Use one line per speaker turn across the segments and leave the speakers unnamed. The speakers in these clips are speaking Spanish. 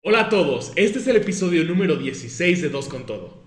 Hola a todos, este es el episodio número 16 de Dos con Todo.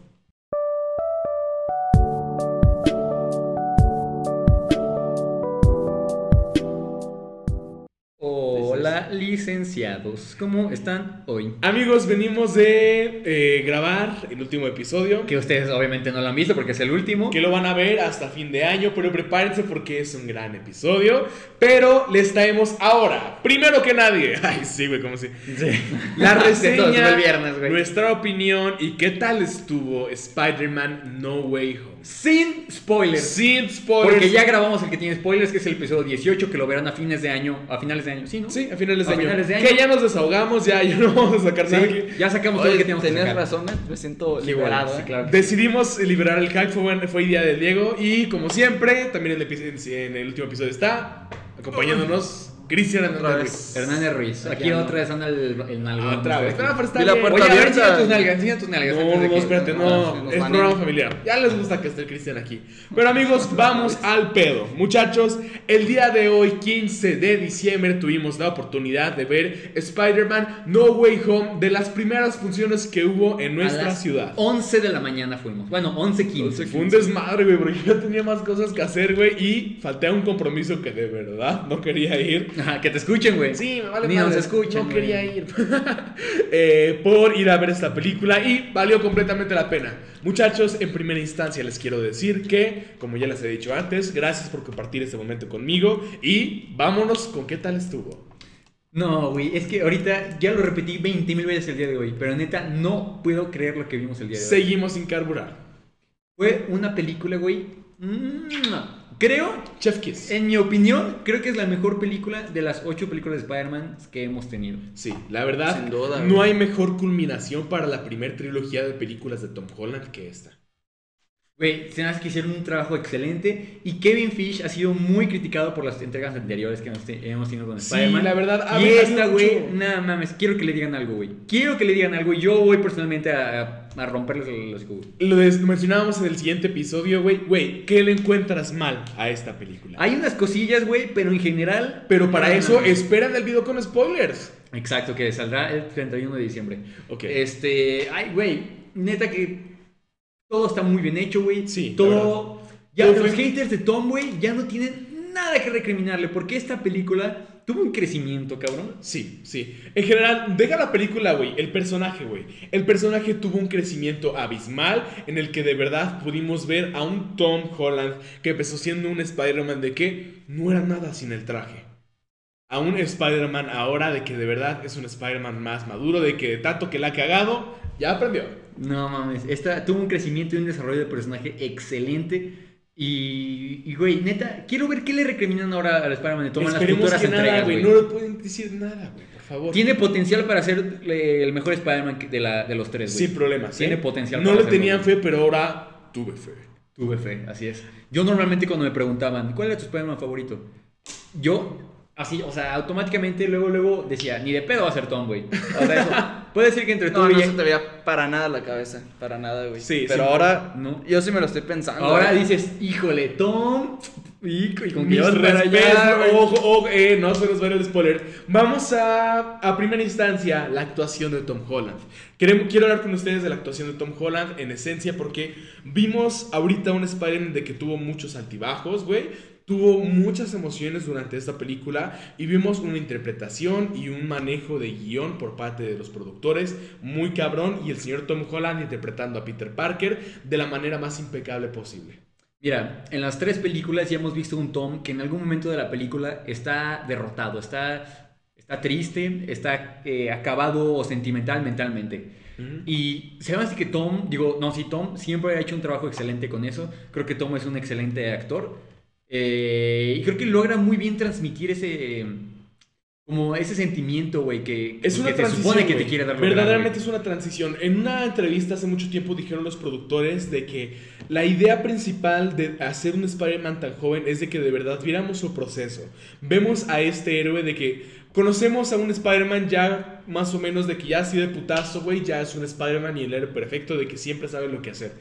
Hola licenciados, ¿cómo están hoy?
Amigos, venimos de eh, grabar el último episodio, que,
Que ustedes obviamente no lo han visto porque es el último.
lo van a ver hasta fin de año, pero prepárense porque es un gran episodio. Pero les traemos ahora, primero que nadie, ay sí, güey, como si...
Sí.
La
Sí, todo estuvo
reseña,
el viernes, güey.
nuestra opinión y qué tal estuvo Spider-Man No Way Home.
Sin spoilers.
Sin spoilers.
Porque ya grabamos el que tiene spoilers, que es el episodio 18, que lo verán a fines de año, a finales de año, ¿sí, no?
Sí, a finales de,
A
año.
finales de año.
Que ya nos desahogamos, ya, ya no vamos a sacar
Sí,
nada aquí.
ya sacamos todo
Oye,
lo que teníamos que
tenías
sacar.
razón, ¿eh? me siento
Sí, güey,
liberado.
sí,
¿eh?
claro. que sí.
Decidimos liberar el hack, fue, buen- fue idea de Diego. Y como siempre, también en el, epi- en el último episodio está acompañándonos Cristian
Otra
Hernández. Ah,
vez.
Hernández Ruiz, aquí
Aquí ando.
otra vez anda el, el nalgón.
Otra vez. No, pero está
Vi la
bien.
puerta
Oye, a ver,
abierta.
enseña tus nalgas, enseña tus nalgas.
No,
antes de
no,
que-
espérate,
no,
no.
nos
Es
banean.
programa familiar. Ya les gusta que esté el Cristian aquí. Pero amigos, vamos al pedo. Muchachos, el día de hoy, 15 de diciembre, tuvimos la oportunidad de ver Spider-Man No Way Home de las primeras funciones que hubo en
A
nuestra
las
ciudad.
11 de la mañana fuimos. Bueno, 11.15.
Fue un desmadre, güey, porque yo tenía más cosas que hacer, güey, y falté a un compromiso que de verdad no quería ir.
Ajá, que te escuchen, güey.
Sí, me vale
Ni
madre,
nos
No
escuchan, güey.
quería ir. Eh, por ir a ver esta película y valió completamente la pena. Muchachos, en primera instancia les quiero decir que, como ya les he dicho antes, gracias por compartir este momento conmigo y vámonos con qué tal estuvo.
No, güey, es que ahorita ya lo repetí 20 mil veces el día de hoy, pero neta no puedo creer lo que vimos el día de hoy.
Seguimos sin carburar.
Fue una película, güey. mm, Creo,
Chef Kiss.
en mi opinión, creo que es la mejor película de las 8 películas de Spider-Man que hemos tenido.
Sí, la verdad,
Sin duda,
no
güey.
hay mejor culminación para la primera trilogía de películas de Tom Holland que esta.
Güey, se me hace que hicieron un trabajo excelente y Kevin Fish ha sido muy criticado por las entregas anteriores que hemos te- hemos tenido con
Sí,
Spider-Man.
la verdad, ha
Y
habido
esta,
mucho.
güey, nada mames, quiero que le digan algo, güey. Quiero que le digan algo y yo voy personalmente a, a- a romperles los cubos.
Lo des- mencionábamos en el siguiente episodio, güey. Güey, ¿qué le encuentras mal a esta película?
Hay unas cosillas, güey, pero en general.
Pero para
nada
eso,
mames.
esperen el video con spoilers.
Exacto, que saldrá el 31 de diciembre.
Ok.
Este, ay, güey, neta que todo está muy bien hecho, güey.
Sí, la
todo. Ya
Todo
los
fue-
haters de Tom, güey, ya no tienen nada que recriminarle porque esta película tuvo un crecimiento, cabrón.
Sí, sí. En general, deja la película, güey. El personaje, güey. El personaje tuvo un crecimiento abismal en el que de verdad pudimos ver a un Tom Holland que empezó siendo un Spider-Man de que no era nada sin el traje. A un Spider-Man ahora de que de verdad es un Spider-Man más maduro, de que de tanto que la ha cagado, ya aprendió.
No mames, esta tuvo un crecimiento y un desarrollo de personaje excelente. Y, y, güey, neta, quiero ver qué le recriminan ahora al Spider-Man de Tom en las
Esperemos
futuras
que nada,
entregas,
güey.
güey.
No le pueden decir nada, güey, por favor.
Tiene potencial para ser eh, el mejor Spider-Man que- de, la- de los tres, güey.
Sin problemas.
Tiene
¿eh?
potencial
No
para
le
hacerlo.
tenían fe, pero ahora tuve fe.
Tuve fe, así es. Yo normalmente cuando me preguntaban, ¿cuál era tu Spider-Man favorito? Yo, así, o sea, automáticamente luego, luego decía, ni de pedo va a ser Tom, güey. O sea, eso. Puede ser que entre tú
No,
y
no se te veía para nada la cabeza, para nada, güey.
Sí,
pero
sí.
ahora
No.
yo sí me lo estoy pensando.
Ahora
güey.
dices, híjole, Tom. Y, y con que
Mis
vas para allá,
respetos,
güey.
ojo, ojo, eh, no se nos va a ir el spoiler. Vamos a, a primera instancia, la actuación de Tom Holland. Queremos- quiero hablar con ustedes de la actuación de Tom Holland en esencia porque vimos ahorita un Spider-Man de que tuvo muchos altibajos, güey. Tuvo muchas emociones durante esta película y vimos una interpretación y un manejo de guión por parte de los productores muy cabrón y el señor Tom Holland interpretando a Peter Parker de la manera más impecable posible.
Mira, en las tres películas ya hemos visto un Tom que en algún momento de la película está derrotado, está, está triste, está eh, acabado sentimental mentalmente. Y se me hace que Tom, digo, no, sí, Tom siempre ha hecho un trabajo excelente con eso. Creo que Tom es un excelente actor. Eh, y creo que logra muy bien transmitir ese. Como ese sentimiento, güey, que,
Es
que
una
se
transición.
supone que te
güey.
quiere dar
Verdaderamente es una transición. En una entrevista hace mucho tiempo dijeron los productores de que la idea principal de hacer un Spider-Man tan joven es de que de verdad viéramos su proceso. Vemos a este héroe de que conocemos a un Spider-Man ya más o menos de que ya así de putazo, güey, ya es un Spider-Man y el héroe perfecto de que siempre sabe lo que hacer.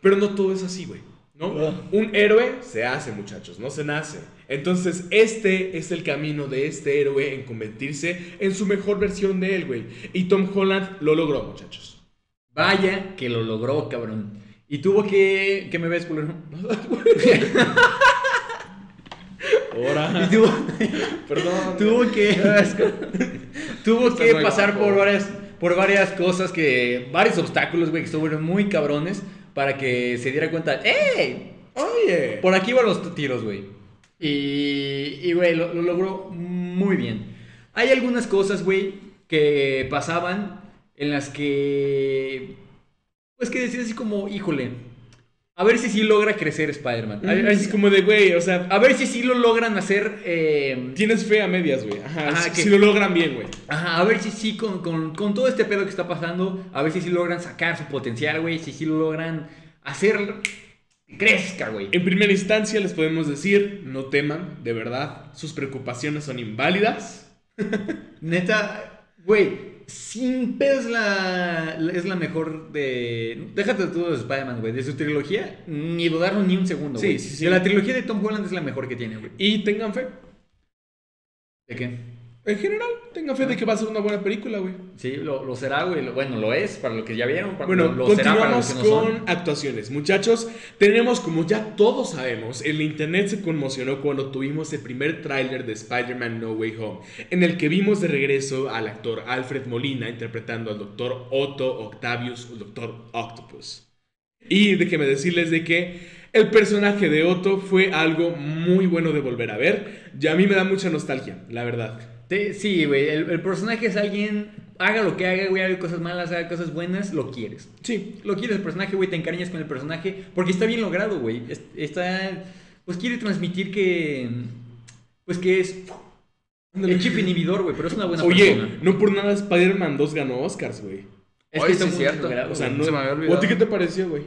Pero no todo es así, güey. ¿no?
Ah.
Un héroe se hace, muchachos, no se nace. Entonces, este es el camino de este héroe en convertirse en su mejor versión de él, güey. Y Tom Holland lo logró, muchachos.
Vaya que lo logró, cabrón. Y tuvo que. ¿Qué me ves, culero? Y
Ahora.
tuvo,
Perdón.
tuvo que. tuvo
Está
que
muy
pasar
guapo.
por varias, por varias cosas que. Varios obstáculos, güey, que estuvieron muy cabrones. Para que se diera cuenta. ¡Ey!
Oye.
Por aquí van los tiros, güey. Y, y, güey, lo, lo logró muy bien. Hay algunas cosas, güey, que pasaban en las que... Pues que decías así como, híjole, a ver si sí logra crecer Spider-Man.
A- a- Es como de, güey, o sea,
A ver si sí lo logran hacer... eh,
tienes fe a medias, güey. Ajá.
Ajá,
si-
que-
Si lo logran bien, güey.
Ajá, a ver si sí, con, con- con todo este pedo que está pasando, a ver si sí logran sacar su potencial, güey, si sí lo logran hacer que crezca, güey.
En primera instancia les podemos decir, no teman, de verdad, sus preocupaciones son inválidas.
Neta, güey, sin pedos la, la- es la mejor de... Déjate de todo de Spider-Man, güey, de su trilogía, ni dudarlo ni un segundo,
Sí,
güey.
sí, sí.
De la trilogía de Tom Holland es la mejor que tiene, güey.
Y tengan fe.
¿De qué?
En general, tengan fe de que va a ser una buena película, güey.
Sí, lo, lo será, güey. lo- bueno, lo es, para lo que ya vieron. para-
Bueno,
lo, lo será para los
continuamos
que no
con
son.
actuaciones. Muchachos, tenemos, como ya todos sabemos, el internet se conmocionó cuando tuvimos el primer tráiler de Spider-Man No Way Home, en el que vimos de regreso al actor Alfred Molina interpretando al doctor Otto Octavius, o doctor Octopus. Y déjenme decirles de que el personaje de Otto fue algo muy bueno de volver a ver, y a mí me da mucha nostalgia, la verdad.
Te- sí, güey, el, el personaje es alguien... Haga lo que haga, güey, haga cosas malas, haga cosas buenas, lo quieres.
Sí,
lo quieres el personaje, güey, te encariñas con el personaje, porque está bien logrado, güey. Es- Está, pues quiere transmitir que, pues que es el chip inhibidor, güey, pero es una buena
Oye,
persona.
no por nada Spider-Man 2 ganó Oscars, güey.
Es
Oye,
está
sí es
muy
cierto.
logrado,
O sea,
güey.
no
Se me había
¿O a ti
olvidado.
qué te pareció, güey?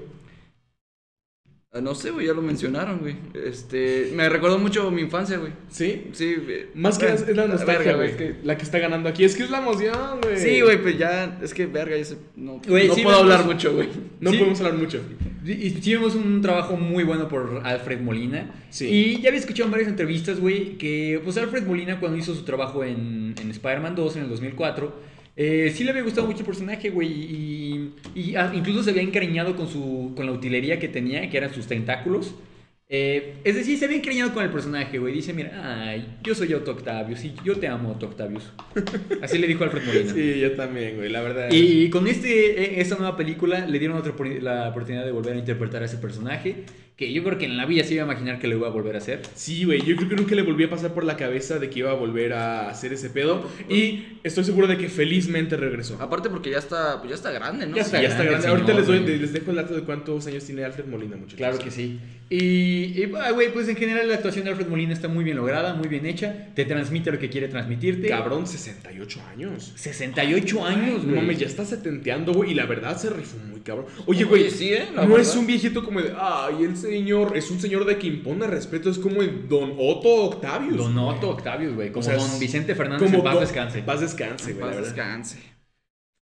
Ah, No sé, güey, ya lo mencionaron, güey. Este, me recordó mucho mi infancia, güey.
¿Sí?
Sí, güey.
Más que
Bueno,
es la nostalgia,
verga,
güey. que- eh, La que está ganando aquí. Es que es la emoción, güey.
Sí, güey, pues ya, es que verga, yo sé- no,
Güey,
no
sí
puedo
vemos-
hablar mucho, güey.
No
Sí.
podemos hablar mucho.
Y y hicimos un trabajo muy bueno por Alfred Molina.
Sí.
Y ya había escuchado en varias entrevistas, güey, que pues Alfred Molina cuando hizo su trabajo en, en Spider-Man 2 en el 2004, eh, sí le había gustado mucho el personaje, güey. Y, y, ah, incluso se había encariñado con, su, con la utilería que tenía, que eran sus tentáculos. Eh, es decir, se había encariñado con el personaje, güey. Dice, mira, ay, yo soy Otto Octavius y yo te amo, Otto Octavius. Así le dijo Alfred Molina.
Sí, yo también, güey, la verdad.
Y con este, eh, esta nueva película le dieron otra, opor- la oportunidad de volver a interpretar a ese personaje, que yo creo que en la vida se iba a imaginar que lo iba a volver a hacer.
Sí, güey, yo creo que nunca le volví a pasar por la cabeza de que iba a volver a hacer ese pedo. Y estoy seguro de que felizmente regresó.
Aparte porque ya está, pues ya está grande, Ah, ¿no?
Ya está, ya está
grande,
grande.
sí,
Ahorita
no,
les, doy,
güey.
les dejo el dato de cuántos años tiene Alfred Molina, muchachos.
Claro que sí. Y, y, ah, güey, pues en general la actuación de Alfred Molina está muy bien lograda, muy bien hecha, te transmite lo que quiere transmitirte.
Cabrón, 68 años.
68 años,
No
güey.
mames, ya está setenteando, güey. Y la verdad se rifó muy cabrón. Oye, güey.
sí, ¿eh? La
No
verdad.
es un viejito como de, ay, el señor, es un señor de que impone respeto, es como el Don Otto Octavius.
Don
güey.
Otto Octavius, güey, como
O sea,
Don
es-
Vicente Fernández en paz
Don-
descanse.
Paz descanse, güey, la
Paz
verdad.
descanse.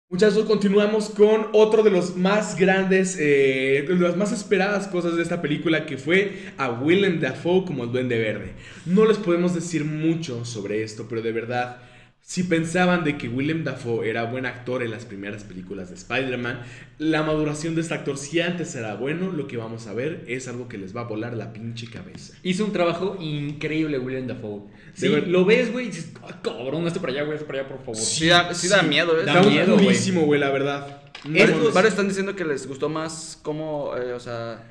Muchachos, continuamos con otro de los más grandes, eh, de las más esperadas cosas de esta película que fue a Willem Dafoe como el Duende Verde. No les podemos decir mucho sobre esto, pero de verdad, si pensaban de que Willem Dafoe era buen actor en las primeras películas de Spider-Man, la maduración de este actor si antes era bueno, lo que vamos a ver es algo que les va a volar la pinche cabeza.
Hizo un trabajo increíble William Dafoe. Sí,
ver-
lo ves, güey, y dices, "Ah, cabrón, hazte para allá, güey, hazte para allá, por favor.
Sí, da, sí da miedo, ¿eh?
Da
Está
miedo, güey.
durísimo, güey, la verdad. No
Varios-
mames.
varios están diciendo que les gustó más como, eh, o sea,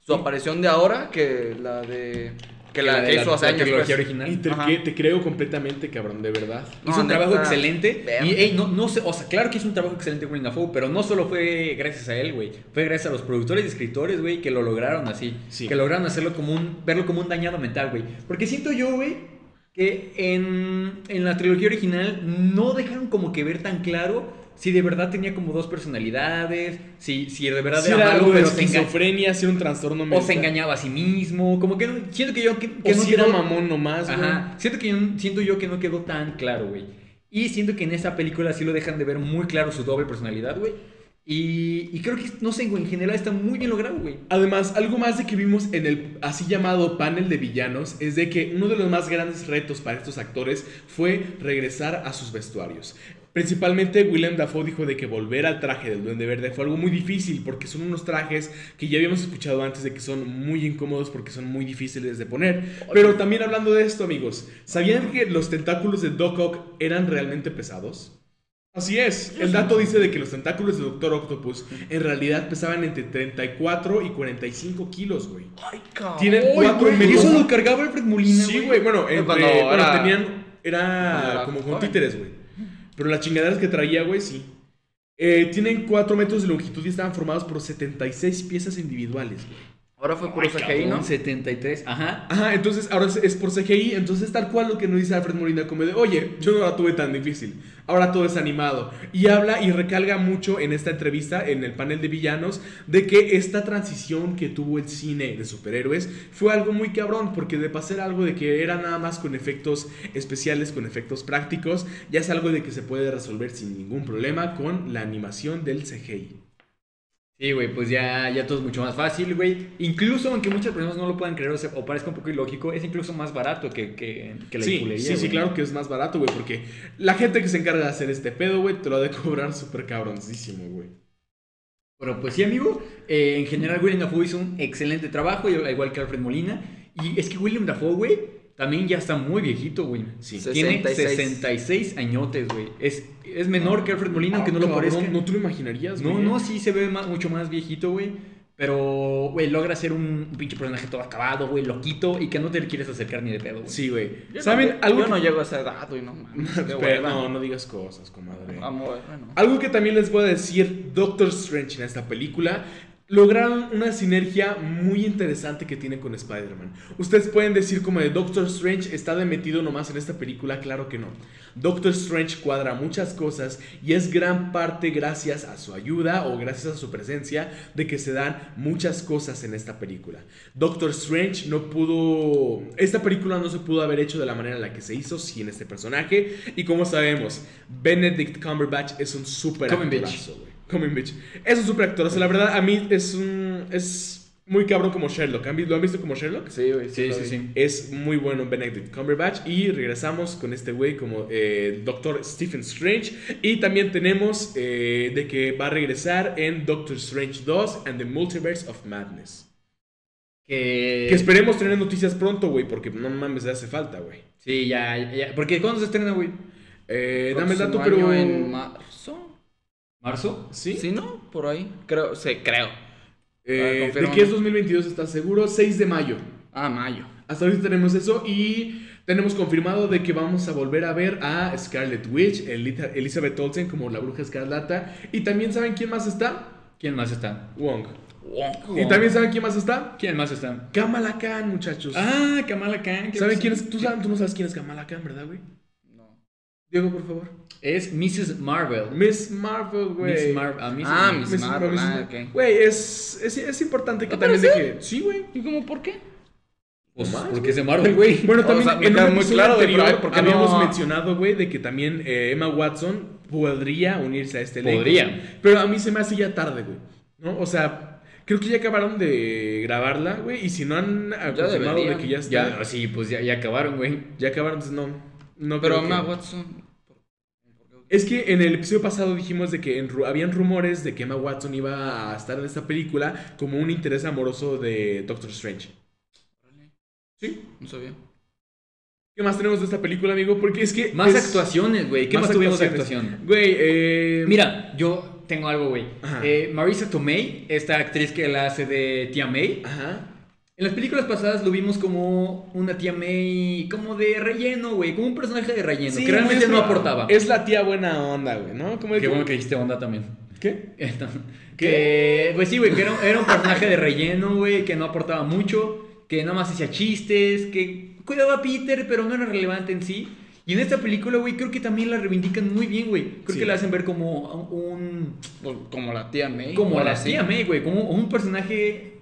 su aparición de ahora que la de... Que la, que
de
hizo hace
la
años,
trilogía
pues.
original.
Y te,
Ajá.
te creo completamente, cabrón, de verdad.
No,
hizo un
neta,
trabajo excelente.
verga.
Y, ey, no, no sé, o sea, claro que hizo un trabajo excelente Willem Dafoe, pero no solo fue gracias a él, güey. Fue gracias a los productores y escritores, güey, que lo lograron así.
Sí.
Que lograron hacerlo como un, verlo como un dañado mental, güey. Porque siento yo, güey, que en, en la trilogía original no dejaron como que ver tan claro si de verdad tenía como dos personalidades, si, si de verdad
Sí,
era
era
malo,
algo de
pero se enga-
esquizofrenia, sí era un trastorno
o
mental.
se engañaba a sí mismo. Como que no- siento que yo que, que
O
no
si era
quedó-
mamón nomás, güey.
Ajá. Siento, que yo- siento yo que no quedó tan claro, güey. Y siento que en esta película sí lo dejan de ver muy claro su doble personalidad, güey. Y, y creo que, no sé, güey, en general está muy bien logrado, güey.
Además, algo más de que vimos en el así llamado panel de villanos es de que uno de los más grandes retos para estos actores fue regresar a sus vestuarios. Principalmente Willem Dafoe dijo de que volver al traje del Duende Verde fue algo muy difícil porque son unos trajes que ya habíamos escuchado antes de que son muy incómodos porque son muy difíciles de poner. Pero también hablando de esto, amigos, ¿sabían que los tentáculos de Doc Ock eran realmente pesados? Así es, el dato dice de que los tentáculos de Doctor Octopus en realidad pesaban entre 34 y 45 kilos, güey.
Ay, cabrón.
Tienen
Ay,
cuatro
güey,
metros.
Eso lo cargaba Alfred Molina,
Sí, güey, bueno, entre-
cuando
bueno,
era-
tenían, era
cuando era
como con
joven.
títeres, güey. Pero las chingaderas que traía, güey, sí. Eh, tienen 4 metros de longitud y estaban formados por 76 piezas individuales, güey.
Ahora fue puro CGI,
Cabrón,
¿no?
73, ajá.
Ajá, entonces ahora es- es por CGI, entonces tal cual lo que nos dice Alfred Molina como de, oye, yo no la tuve tan difícil, ahora todo es animado. Y habla y recalga mucho en esta entrevista, en el panel de villanos, de que esta transición que tuvo el cine de superhéroes fue algo muy cabrón, porque de pasar algo de que era nada más con efectos especiales, con efectos prácticos, ya es algo de que se puede resolver sin ningún problema con la animación del CGI.
Sí, güey, pues ya, ya todo es mucho más fácil, güey. Incluso, aunque muchas personas no lo puedan creer o, sea, o parezca un poco ilógico, es incluso más barato que, que, que la
sí,
culería,
Sí, sí,
güey.
claro que es más barato, güey, porque la gente que se encarga de hacer este pedo, güey, te lo ha de cobrar súper cabroncísimo, güey.
Bueno, pues sí, amigo. eh, en general, William Dafoe hizo un excelente trabajo, y- igual que Alfred Molina. Y es que William Dafoe, güey, también ya está muy viejito, güey.
Sí.
Tiene
66.
66 añotes, güey. Es, es menor que Alfred Molina, aunque no lo
Cabrón,
parezca.
No, te lo imaginarías,
No,
güey.
no, sí se ve más- mucho más viejito, güey. Pero, güey, logra ser un, un pinche personaje todo acabado, güey, loquito y que no te quieres acercar ni de pedo, güey.
Sí, güey.
Yo no
¿Saben
lle-
algo
Yo
que...
no llego a esa edad, güey, no mames. qué
Espera,
hueva.
no, no digas cosas, comadre.
Amor, bueno.
Algo que también les voy a decir, Doctor Strange en esta película, lograron una sinergia muy interesante que tiene con Spider-Man. Ustedes pueden decir como de Doctor Strange está demetido nomás en esta película, claro que no. Doctor Strange cuadra muchas cosas y es gran parte gracias a su ayuda o gracias a su presencia de que se dan muchas cosas en esta película. Doctor Strange no pudo. Esta película no se pudo haber hecho de la manera en la que se hizo sin este personaje. Y como sabemos, Benedict Cumberbatch es un super
Cumberbatch.
actorazo, güey. Cumberbatch. Es un super actorazo. La verdad, a mí es un. Es muy cabrón como Sherlock. ¿Han vi- ¿Lo han visto como Sherlock?
Ah, Sí, güey.
Sí,
lo
sí, Eh,
vi.
sí.
Es muy bueno Benedict Cumberbatch. Y regresamos con este güey como eh, Doctor Stephen Strange. Y también tenemos eh, de que va a regresar en Doctor Strange 2 and the Multiverse of Madness.
Que,
Que esperemos tener noticias pronto, güey, porque no mames, le hace falta, güey.
Sí, ya, ya. Porque ¿cuándo se estrena, güey?
Eh, dame el dato,
Próximo
pero.
año en marzo.
¿Marzo?
¿Sí?
Sí, no, por ahí. Creo, sí, creo.
Eh,
Ah,
¿De
confírmame.
qué es 2022? ¿Estás seguro? 6 de mayo.
Ah, mayo.
Hasta ahorita tenemos eso y tenemos confirmado de que vamos a volver a ver a Scarlet Witch, Elita- Elizabeth Olsen como la bruja escarlata. Y también saben quién más está?
¿Quién más está?
Wong.
Wow.
Y también saben quién más está?
¿Quién más está?
Kamala Khan, muchachos.
Ah, Kamala Khan. ¿qué
¿Saben
pasa?
quién es? ¿Tú, sabes- tú no sabes quién es Kamala Khan, ¿verdad, güey?
No.
Diego, por favor.
Es Mrs. Marvel.
Miss Marvel, güey.
Miss Marvel. ah, Mrs.
Ah,
Marvel.
Miss
Miss
Marvel,
Marvel,
ah,
Miss-
ok.
Güey, es, es, es importante que
¿No
también de
parece?
que. Sí, güey.
¿Y cómo por qué?
Pues,
Nomás,
porque es de Marvel, güey.
Bueno,
O
también
sea, me
en un
queda muy
episodio
claro, güey, pero
anterior
a ver, ¿por qué
habíamos
no?
mencionado, güey, de que también eh, Emma Watson podría unirse a este elenco.
Podría.
Pero a mí se me hace ya tarde, güey. ¿No? O sea, creo que ya acabaron de grabarla, güey. Y si no han ah,
Ya
confirmado de
deberían.
que ya está.
Ya,
Ya,
sí, pues ya, ya acabaron, güey.
acabaron, entonces no. no
Pero
creo que-
Emma Watson.
Es que en el episodio pasado dijimos de que en ru- habían rumores de que Emma Watson iba a estar en esta película como un interés amoroso de Doctor Strange. Sí.
No sabía.
¿Qué más tenemos de esta película, amigo? Porque es que.
Más
es-
actuaciones, güey. ¿Qué más, tuvimos de actuación?
Güey, eh.
Mira, yo tengo algo, güey.
Ajá.
Eh, Marisa Tomei, esta actriz que la hace de tía May.
Ajá.
En las películas pasadas lo vimos como una tía May, como de relleno, güey. Como un personaje de relleno, que realmente
es
no
la-
aportaba.
Es la tía buena onda, güey, ¿no? ¿Cómo
Qué bueno que dijiste onda también.
¿Qué?
Que, pues sí, güey, que era, era un personaje de relleno, güey, que no aportaba mucho, que nada más hacía chistes, que cuidaba a Peter, pero no era relevante en sí. Y en esta película, güey, creo que también la reivindican muy bien, güey. Creo
Sí.
que la hacen ver como a un...
Pues, Como la tía May.
Como
ahora
la
sí.
tía May, güey, como un personaje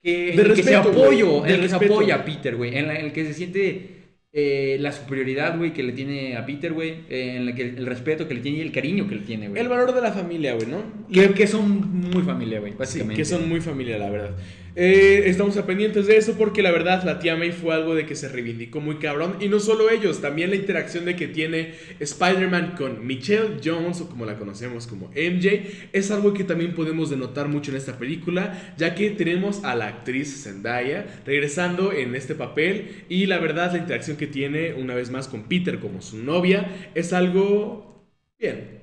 que,
De
en el que se
respeto, güey,
apoyo, en
de
el que se
respeto.
apoya a Peter, güey, en, la- en el que se siente eh, la superioridad, güey, que le tiene a Peter, güey, eh, en la que- el respeto que le tiene y el cariño que le tiene, güey.
El valor de la familia, güey, ¿no?
Que, que son muy familia, güey,
Sí,
básicamente.
que son muy familia, la verdad. Eh, estamos a pendientes de eso porque la verdad la tía May fue algo de que se reivindicó muy cabrón. Y no solo ellos, también la interacción de que tiene Spider-Man con Michelle Jones, o como la conocemos como MJ, es algo que también podemos denotar mucho en esta película, ya que tenemos a la actriz Zendaya regresando en este papel. Y la verdad la interacción que tiene una vez más con Peter como su novia es algo bien.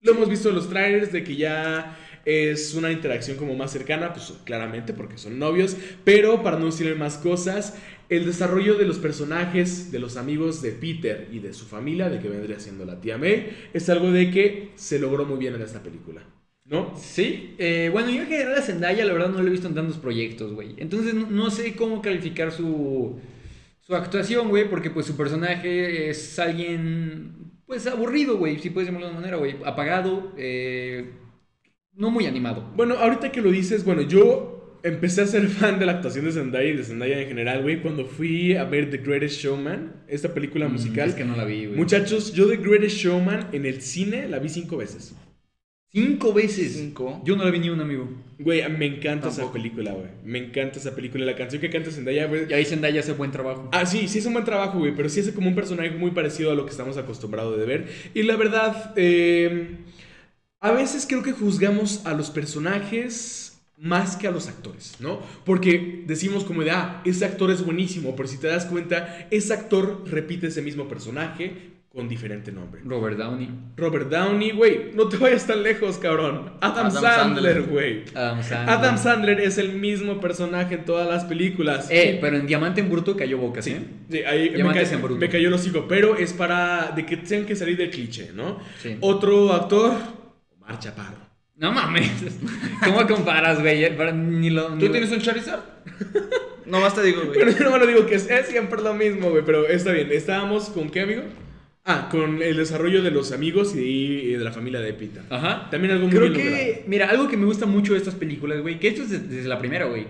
Lo hemos visto en los trailers de que ya es una interacción como más cercana, pues claramente porque son novios, pero para no decirle más cosas, el desarrollo de los personajes, de los amigos de Peter y de su familia, de que vendría siendo la tía May, es algo de que se logró muy bien en esta película, ¿no?
Sí, eh, bueno, yo en general a Zendaya la verdad no lo he visto en tantos proyectos, güey. Entonces no, no sé cómo calificar su, su actuación, güey, porque pues su personaje es alguien, pues aburrido, güey, si puedes llamarlo de una manera, güey, apagado, eh, no muy animado.
Bueno, ahorita que lo dices, bueno, yo empecé a ser fan de la actuación de Zendaya y de Zendaya en general, güey, cuando fui a ver The Greatest Showman, esta película musical.
Mm, es que no la vi, güey.
Muchachos, yo The Greatest Showman en el cine la vi cinco veces.
Cinco veces.
Cinco.
Yo no la vi ni un amigo.
Güey, a mí me encanta esa
Tampoco.
película, güey. Me encanta esa película. La canción que canta Zendaya, güey.
Y ahí Zendaya hace buen trabajo.
Ah, sí, sí es un buen trabajo, güey. Pero sí hace como un personaje muy parecido a lo que estamos acostumbrados de ver. Y la verdad, eh, a veces creo que juzgamos a los personajes más que a los actores, ¿no? Porque decimos como de, ah, ese actor es buenísimo. Pero si te das cuenta, ese actor repite ese mismo personaje con diferente nombre.
Robert Downey.
Robert Downey, güey. No te vayas tan lejos, cabrón. Adam,
Adam
Sandler,
Sandler.
güey.
Adam Sandler.
Adam Sandler es el mismo personaje en todas las películas.
Eh, pero en Diamante en Bruto cayó boca, ¿sí?
Sí, ahí me,
Diamantes
ca-
en bruto.
me cayó el hocico, pero es para de que tengan que salir del cliché, ¿no?
Sí.
Otro actor, Omar Chaparro.
No mames. ¿Cómo comparas, güey? Para- Ni lo, ni
¿Tú
lo-
tienes un Charizard? Nomás te digo,
Pero
güey.
yo no me lo digo que es, es siempre lo mismo, güey, pero está bien. Estábamos con qué amigo? Ah, con el desarrollo de los amigos y de la familia de Pita.
Ajá.
También algo muy
Creo
bien logrado.
que, mira, algo que me gusta mucho de estas películas, güey, que esto es de- desde la primera, güey.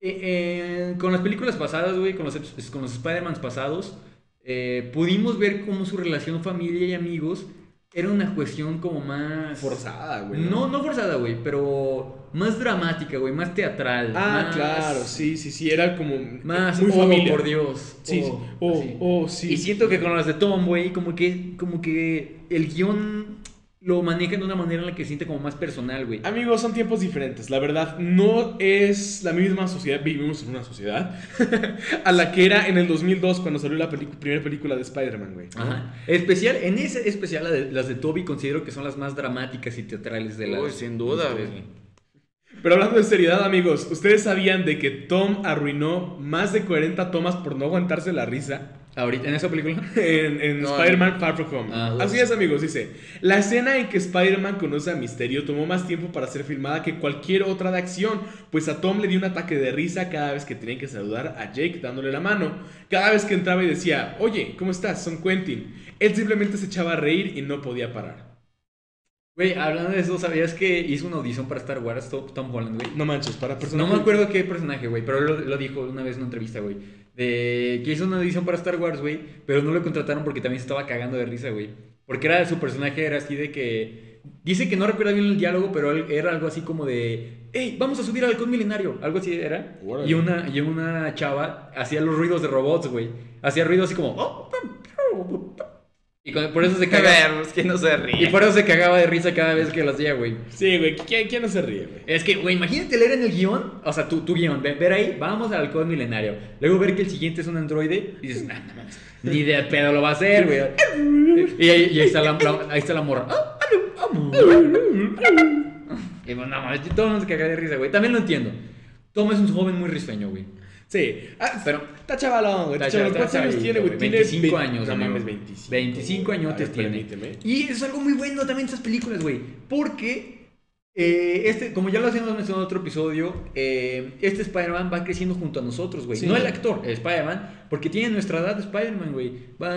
Eh, eh, con las películas pasadas, güey, con los, pues, con los Spider-Man pasados, eh, pudimos ver cómo su relación familia y amigos era una cuestión como más...
forzada, güey.
No, no forzada, güey, pero más dramática, güey, más teatral.
Ah,
más-
claro, sí, sí, sí, era como
Más,
muy
oh,
familiar.
por Dios.
Sí, sí,
oh,
oh,
así.
oh, sí.
y siento que con las de Tom, güey, como que, como que el guión lo manejan de una manera en la que se siente como más personal, güey.
Amigos, son tiempos diferentes. La verdad, no es la misma sociedad. Vivimos en una sociedad a la que era en el 2002 cuando salió la pelicu- primera película de Spider-Man, güey.
Ajá. Especial, en ese especial la de- las de Toby considero que son las más dramáticas y teatrales de las.
Uy, sin duda,
de las tres,
güey.
Pero hablando de seriedad, amigos, ¿ustedes sabían de que Tom arruinó más de 40 tomas por no aguantarse la risa?
Ahorita, en esa película.
En, en
No,
Spider-Man Far From Home.
Ah,
Así
dos.
es, amigos, dice. La escena en que Spider-Man conoce a Misterio tomó más tiempo para ser filmada que cualquier otra de acción, pues a Tom le dio un ataque de risa cada vez que tenía que saludar a Jake dándole la mano. Cada vez que entraba y decía, oye, ¿cómo estás? Son Quentin. Él simplemente se echaba a reír y no podía parar.
Güey, hablando de eso, ¿sabías que hizo una audición para Star Wars Tom, Tom Holland, güey?
No manches, para
No
personas.
me acuerdo qué personaje, güey, pero lo, lo dijo una vez en una entrevista, güey. De que hizo una audición para Star Wars, güey, pero no lo contrataron porque también se estaba cagando de risa, güey. Porque era su personaje, era así de que. Dice que no recuerda bien el diálogo, pero él- era algo así como de. ¡Ey, vamos a subir al halcón milenario! Algo así era.
Órale.
Y una, y una chava hacía los ruidos de robots, güey. Hacía ruidos así como. "Oh, pum, pum, pum, pum". Y con- por eso se
Que
cagaba.
ver, es que no se
Y
ríe.
por eso se cagaba de risa cada vez que lo hacía, güey.
Sí, güey, ¿quién, quién no se ríe, güey?
Es que, güey, imagínate leer en el guión, o sea, tu, tu guión, ve- ver, ahí, vamos al halcón milenario. Luego ver que el siguiente es un androide y dices, nah, no mames, ni de pedo lo va a hacer, güey. Y, ahí, y ahí está la, la- ahí está la morra. Ah, ah, ah. Y bueno, no mames, todo el mundo se caga de risa, güey. También lo entiendo. Tom es un joven muy risueño, güey.
Sí, ah,
Pero-
Está chavalón, güey.
Está
está chavalón.
chav-
¿Cuántos
está
años tiene, güey?
chavito,
Tiene
25
20
años,
No
amigo.
mames, 25.
25
A
añotes
ver,
tiene.
Permíteme.
Y eso es algo muy bueno también de estas películas, güey. Porque, eh, este, como ya lo hacíamos mencionado en otro episodio, eh, este Spider-Man va creciendo junto a nosotros, güey.
Sí.
No el actor, el Spider-Man, porque tiene nuestra edad Spider-Man, güey. Va,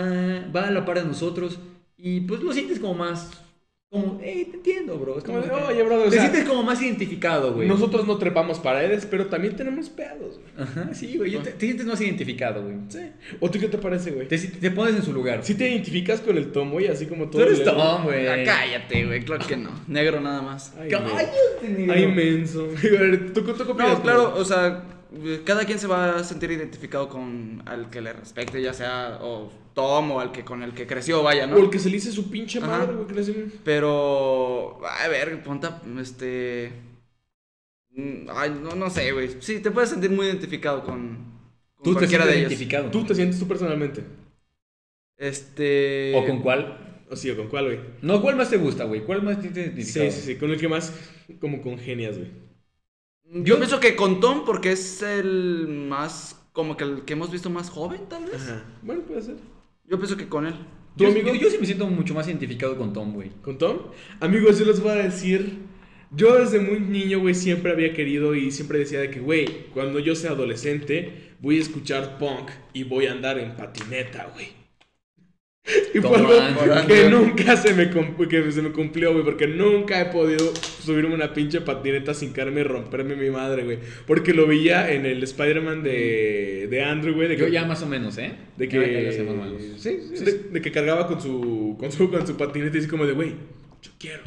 va a la par de nosotros y pues lo sientes como más Como, hey, te entiendo, bro. Es
Como
como
de,
que-
"Oye, brother, o
te
sea,
sientes como más identificado, güey.
Nosotros no trepamos paredes, pero también tenemos pedos, güey.
Ajá, sí, güey. yo Te, te sientes más identificado, güey.
Sí. ¿O tú qué te parece, güey?
Te, te pones en su lugar.
Si te identificas con el tomo y así como
Tú
todo.
eres
el-
Tom, güey.
Ah, cállate, güey, claro que no. Negro nada más.
Ay, güey.
Cállate, negro.
Ay, menso. A ver, ¿Tú, tú qué opinas,
No,
güey?
claro, o sea, cada quien se va a sentir identificado con al que le respecte, ya sea o Tom o al que con el que creció, vaya,
O el
¿no?
que se le dice su pinche
Ajá.
madre, güey. que le hacen-
Pero, a ver, ponta, este... mm, Ay, no, no sé, güey. Sí, te puedes sentir muy identificado con, con
Tú te
cualquiera
sientes
de ellos.
identificado.
¿Tú te sientes tú personalmente?
Este...
¿O con cuál?
O sí, ¿o con cuál, güey?
No, ¿cuál más te gusta, güey? ¿Cuál más te sientes identificado?
Sí, sí, sí. Con el que más como congenias, güey.
Yo pienso que con Tom porque es el más, como que el que hemos visto más joven, tal vez.
Ajá. Bueno, puede ser.
Yo pienso que con él.
¿Tú,
yo,
amigo?
yo- yo sí me siento mucho más identificado con Tom, güey.
¿Con Tom? Amigos, yo les voy a decir. Yo desde muy niño, güey, siempre había querido y siempre decía de que, güey, cuando yo sea adolescente, voy a escuchar punk y voy a andar en patineta, güey. Y fue algo
Tomando.
que nunca se me, cum- que se me cumplió, güey, porque nunca he podido subirme una pinche patineta sin caerme y romperme mi madre, güey. Porque lo veía en el Spider-Man de, de Andrew, güey, de
Yo
que
ya más o menos, ¿eh?
de
Ya- ya
que,
lo sé más o menos.
Sí, sí,
Sí,
de,
sí.
de que cargaba con su, con su, con su patinete y así como de, güey, yo quiero.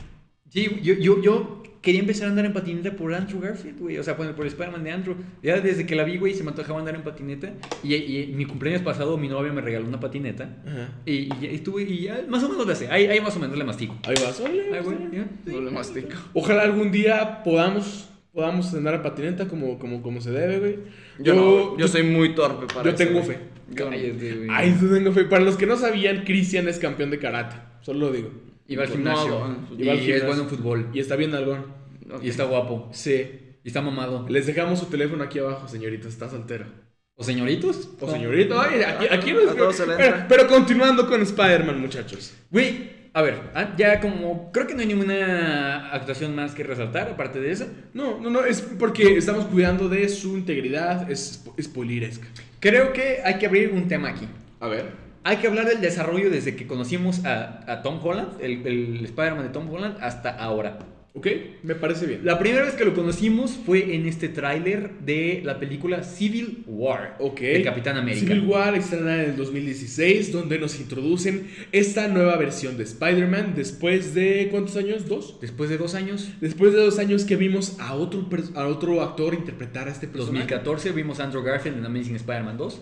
Sí, yo, yo, yo quería empezar a andar en patineta por Andrew Garfield, güey. O sea, por, por Spider-Man de Andrew. Ya desde que la vi, güey, se me antojaba andar en patineta. Y, y mi cumpleaños pasado, mi novia me regaló una patineta.
Ajá.
Y, y, ya estuve, y ya, más o menos la sé. Ahí, ahí más o menos le mastico.
Ahí vas, órale,
Ay, güey,
órale.
ya.
No le mastico.
Ojalá algún día podamos, podamos andar a patineta como, como, como se debe, güey.
Yo, no, yo soy muy torpe para
yo
eso,
tengo
güey.
fe.
Yo no.
Cállate, güey.
Ay, yo tengo fe. Para los que no sabían, Cristian es campeón de karate. Solo lo digo.
Iba al
No,
gimnasio.
güey.
Pues y
Iba al
es
gimnasio.
bueno en fútbol.
Y está bien, Algón.
Ok.
Y está guapo.
Sí.
Y está mamado.
Les dejamos su teléfono aquí abajo, señorita. Está soltero.
¿O señoritos?
O señorita. Ay, aquí, aquí no es-
A todos se le
pero,
entra.
pero continuando con Spider-Man, muchachos.
Güey, a ver, ah, ya como creo que no hay ninguna actuación más que resaltar aparte de esa.
No, no, no, es porque estamos cuidando de su integridad, es spo- spoileresca.
Creo que hay que abrir un tema aquí.
A ver.
Hay que hablar del desarrollo desde que conocimos a, a Tom Holland, el, el Spider-Man de Tom Holland, hasta ahora.
Ok, me parece bien.
La primera vez que lo conocimos fue en este tráiler de la película Civil War
Ok.
de Capitán América.
Civil War estrenada en el 2016, donde nos introducen esta nueva versión de Spider-Man después de... ¿Cuántos años? ¿Dos?
Después de dos años,
Después de dos años que vimos a otro, pers- a otro actor interpretar a este personaje.
2014 vimos a Andrew Garfield en Amazing Spider-Man 2.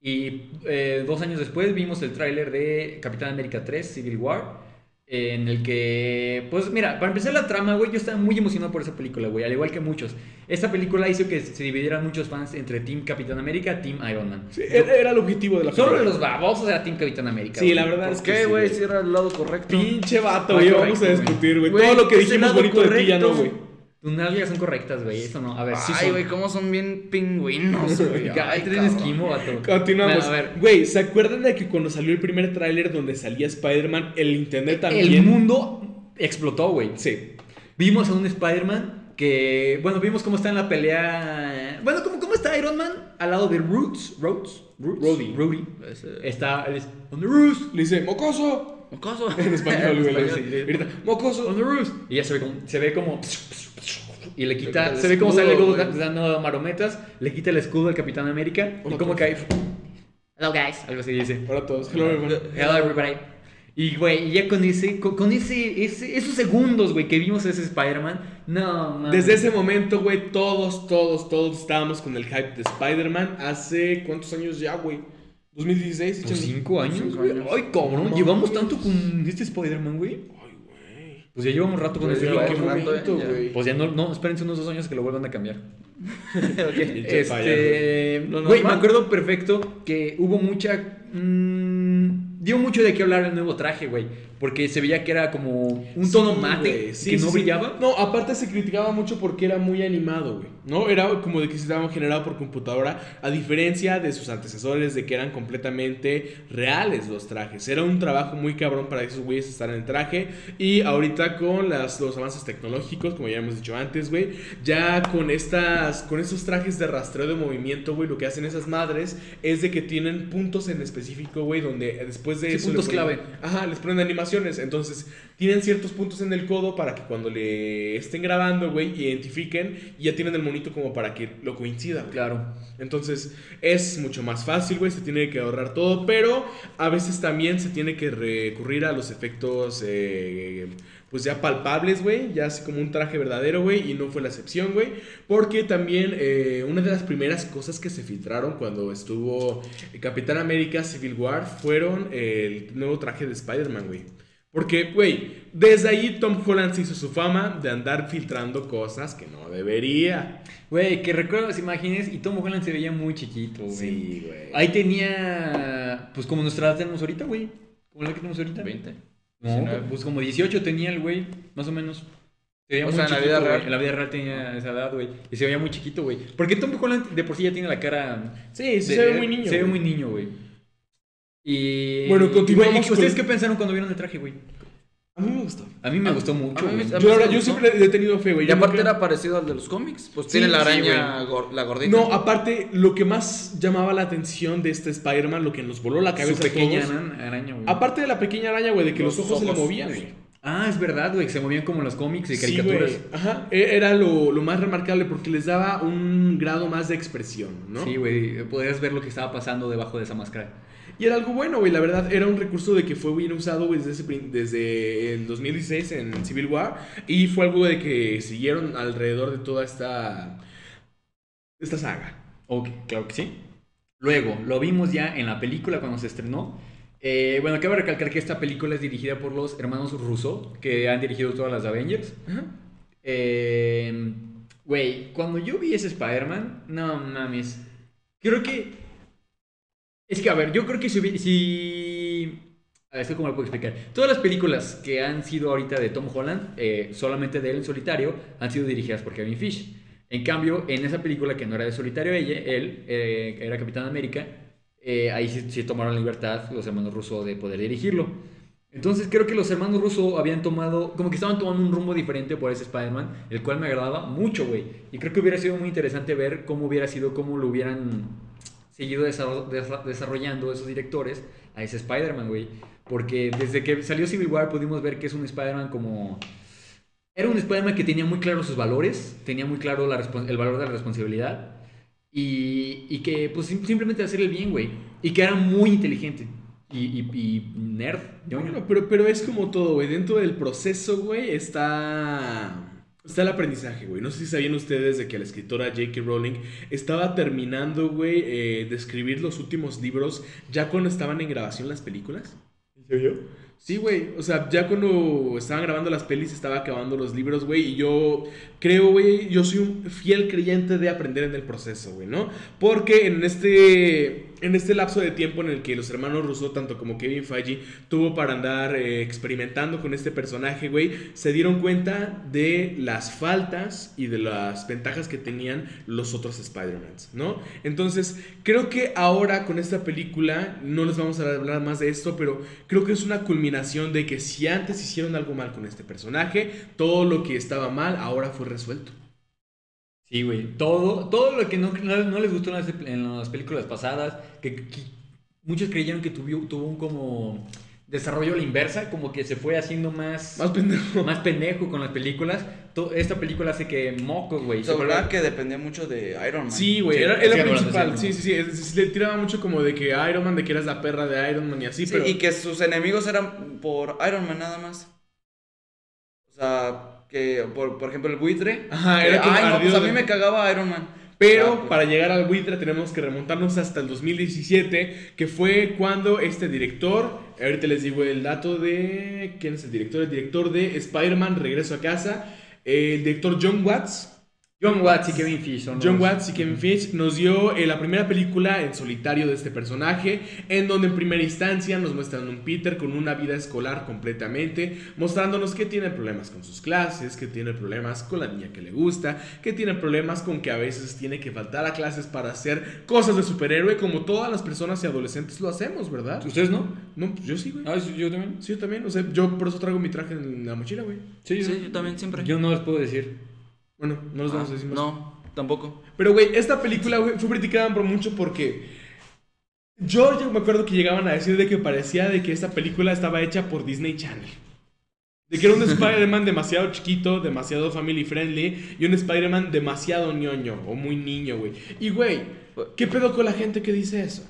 Y eh, dos años después vimos el tráiler de Capitán América 3, Civil War. En el que, pues mira, para empezar la trama, güey, yo estaba muy emocionado por esa película, güey, al igual que muchos. Esta película hizo que se dividieran muchos fans entre Team Capitán América, Team Iron Man.
Sí, era, era el objetivo de la
Solo
película.
los babosos era Team Capitán América.
Sí,
güey.
la verdad es
¿Por
que
qué,
sí,
güey? Si era el lado correcto.
Pinche vato, güey, vamos a
Correcto,
discutir, güey.
güey.
Todo lo que
Güey, ese
dijimos
lado
bonito de ti ya no, güey.
correcto.
Tus nalgas son correctas, güey, eso no. A ver, sí
Ay,
son.
güey, cómo son bien pingüinos, güey.
Ya,
Ay,
eres
cabrón.
esquimo, vato.
Continuamos.
A ver,
Güey, ¿se acuerdan de que cuando salió el primer tráiler donde salía Spider-Man, el internet también?
el mundo explotó, güey.
Sí.
Vimos a un Spider-Man que, bueno, vimos cómo está en la pelea. Bueno, ¿cómo, cómo está Iron Man al lado de Roots? ¿Roots? Roots.
Rhodey.
Ese-
Está, él es, on the Roots,
Le dice, mocoso.
Mocoso.
En español, güey. le dice,
español.
grita, mocoso.
on the Roots. Y ya se ve como, se ve como, y le
quita
quita,
el
se ve como sale
escudo,
luego
güey.
dando marometas, le quita el escudo al Capitán América y
Hola,
cómo
todos.
cae. Hello guys. Algo así dice.
Hola a todos. Hello, everyone.
Hello everybody. Y güey, ya con ese, con, con ese, ese- esos segundos, güey, que vimos a ese Spider-Man, no, mames.
Desde ese momento, güey, todos, todos, todos estábamos con el hype de Spider-Man hace cuántos años ya, güey. 2016,
Pues
echando-
cinco años,
Cinco
güey.
años.
Ay, cabrón.
No
Llevamos
mames.
tanto con este Spider-Man, güey.
Ay, güey.
Pues ya llevamos rato con
Ya
este
Pero en
llevamos
qué
Spider-Man.
rato,
momento,
ya.
güey.
Pues ya no, no, espérense unos dos años que lo vuelvan a cambiar.
Ok.
Pinche
Este.
Lo
Güey, me
normal.
acuerdo perfecto que hubo mucha. mm, dio mucho de qué hablar el nuevo traje, güey. Porque se veía que era como un tono
Sí,
mate
güey, sí,
que
sí,
no
sí.
brillaba.
No, aparte se criticaba mucho porque era muy animado, güey. No, era como de que se estaba generado por computadora, a diferencia de sus antecesores de que eran completamente reales los trajes. Era un trabajo muy cabrón para esos güeyes estar en el traje y ahorita con las, los avances tecnológicos, como ya hemos dicho antes, güey, ya con estas con esos trajes de rastreo de movimiento, güey, lo que hacen esas madres es de que tienen puntos en específico, güey, donde después después de
Sí,
eso.
puntos
le ponen-
clave.
Ajá, les ponen animaciones. Entonces, tienen ciertos puntos en el codo para que cuando le estén grabando, güey, identifiquen y ya tienen el monito como para que lo coincida, güey.
Claro.
Entonces es mucho más fácil, güey, se tiene que ahorrar todo, pero a veces también se tiene que recurrir a los efectos, eh, pues ya palpables, güey, ya así como un traje verdadero, güey, y no fue la excepción, güey, porque también eh, una de las primeras cosas que se filtraron cuando estuvo Capitán América Civil War fueron eh, el nuevo traje de Spider-Man, güey. Porque, güey, desde ahí Tom Holland se hizo su fama de andar filtrando cosas que no debería.
Güey, que recuerdo las imágenes y Tom Holland se veía muy chiquito, güey.
güey.
Ahí tenía, pues como nuestra edad tenemos ahorita, güey. Como la que tenemos ahorita.
20.
No,
19.
pues como 18 tenía el güey, más o menos. Se veía
O
muy
sea, en la
chiquito,
vida
güey.
real.
En la vida real tenía esa edad, güey. Y se veía muy chiquito, güey. Porque Tom Holland de por sí ya tiene la cara...
Sí, sí
de-
se ve muy niño.
Se ve
güey.
muy niño, güey. Y...
Bueno, continuamos
Güey, ¿y
con-
¿Ustedes qué pensaron cuando vieron el traje, güey?
A mí me gustó.
A mí me
A-
gustó mucho,
a mí me-
güey.
a mí-
Yo, la
sí
verdad,
me
yo
gustó.
siempre le he tenido fe, güey.
Y
Yo
aparte
nunca-
era parecido al de los cómics. Pues
Sí,
tiene la
sí,
araña, gor- la gordita.
No, aparte, lo que más llamaba la atención de este Spider-Man, lo que nos voló la cabeza
Su pequeña
a todos,
ara- araña, güey.
Aparte de la pequeña araña, güey, de que los,
Los
ojos, se le
ojos,
movían,
sí.
güey.
Ah, es verdad, güey. que Se movían como en los cómics y
Sí,
caricaturas.
güey. Ajá. E- Era lo, lo más remarcable porque les daba un grado más de expresión, ¿no?
Sí, güey. Podías ver lo que estaba pasando debajo de esa máscara.
Y era algo bueno, güey. La verdad, era un recurso de que fue bien usado güey, desde, ese prin- desde el 2016 en Civil War. Y fue algo de que siguieron alrededor de toda esta. Esta saga.
Ok, claro que sí. Luego, lo vimos ya en la película cuando se estrenó. Eh, bueno, cabe recalcar que esta película es dirigida por los hermanos Russo, que han dirigido todas las de Avengers.
Ajá.
Eh, Güey, cuando yo vi ese Spider-Man, no mames. Creo que. Es que, a ver, yo creo que si. hubi- si... A ver, esto cómo lo puedo explicar. Todas las películas que han sido ahorita de Tom Holland, eh, solamente de él en solitario, han sido dirigidas por Kevin Fish. En cambio, en esa película que no era de solitario ella, él, eh, era Capitán América, eh, ahí sí, sí tomaron la libertad los hermanos rusos de poder dirigirlo. Entonces creo que los hermanos rusos habían tomado, como que estaban tomando un rumbo diferente por ese Spider-Man, el cual me agradaba mucho, güey. Y creo que hubiera sido muy interesante ver cómo hubiera sido, cómo lo hubieran seguido desarro- desa- desarrollando esos directores a ese Spider-Man, güey. Porque desde que salió Civil War pudimos ver que es un Spider-Man como... Era un Spider-Man que tenía muy claro sus valores, tenía muy claro la respon- el valor de la responsabilidad y, y que pues sim- simplemente hacer el bien, güey. Y que era muy inteligente y, y- y nerd. ñoño.
Bueno, pero, pero es como todo, güey. Dentro del proceso, güey, está. Está el aprendizaje, güey. No sé si sabían ustedes de que la escritora J.K. Rowling estaba terminando, güey, eh, de escribir los últimos libros ya cuando estaban en grabación las películas. ¿En serio? Sí, güey. O sea, ya cuando estaban grabando las pelis, estaba acabando los libros, güey. Y yo creo, güey, yo soy un fiel creyente de aprender en el proceso, güey, ¿no? Porque en este, en este lapso de tiempo en el que los hermanos Russo, tanto como Kevin Feige, tuvo para andar eh, experimentando con este personaje, güey, se dieron cuenta de las faltas y de las ventajas que tenían los otros Spider-Mans, ¿no? Entonces, creo que ahora con esta película, no les vamos a hablar más de esto, pero creo que es una culminación de que si antes hicieron algo mal con este personaje, todo lo que estaba mal ahora fue resuelto.
Sí, güey. Todo, todo lo que no, no- no les gustó en las, en las películas pasadas, que, que muchos creyeron que tuvo, tuvo un como desarrollo a la inversa, como que se fue haciendo más,
Más pendejo.
más pendejo con las películas. To- esta película hace que mocos, güey. se
Se
vuelva-
verdad que dependía mucho de Iron Man.
Sí, güey,
Sí,
era, era
sí,
la
bueno,
principal.
sí,
Sí, sí,
sí,
sí. es- es- le tiraba mucho como de que Iron Man, de que eras la perra de Iron Man y así,
Sí,
pero.
y que sus enemigos eran por Iron Man nada más. O sea, que por, por ejemplo el buitre.
Ajá,
que,
Ah, era como
"Ay, no, pues
ardido
a
de-
mí me cagaba Iron Man.
Pero
Ah, pues.
para llegar al buitre tenemos que remontarnos hasta el 2017, que fue cuando este director, ahorita les digo el dato de... ¿Quién es el director? El director de Spider-Man, Regreso a Casa, el director John Watts.
John Watts y Kevin Fish son
John
los-
Watts y Kevin Fish nos dio eh, la primera película en solitario de este personaje, en donde en primera instancia nos muestran un Peter con una vida escolar completamente, mostrándonos que tiene problemas con sus clases, que tiene problemas con la niña que le gusta, que tiene problemas con que a veces tiene que faltar a clases para hacer cosas de superhéroe, como todas las personas y adolescentes lo hacemos, ¿verdad?
¿Ustedes no?
No, pues yo sí, güey.
Ah, yo también.
Sí, yo también, o sea, yo por eso traigo mi traje en la mochila, güey.
Sí,
Sí, yo también siempre.
Yo no les puedo decir.
Bueno, no nos vamos a
Ah,
decir más.
No, tampoco.
Pero, güey, esta película güey, fue criticada por mucho porque Yo, yo me acuerdo que llegaban a decir de que parecía de que esta película estaba hecha por Disney Channel. De que era un Spider-Man demasiado chiquito, demasiado family friendly y un Spider-Man demasiado ñoño o muy niño, güey. Y, güey, ¿qué pedo con la gente que dice eso?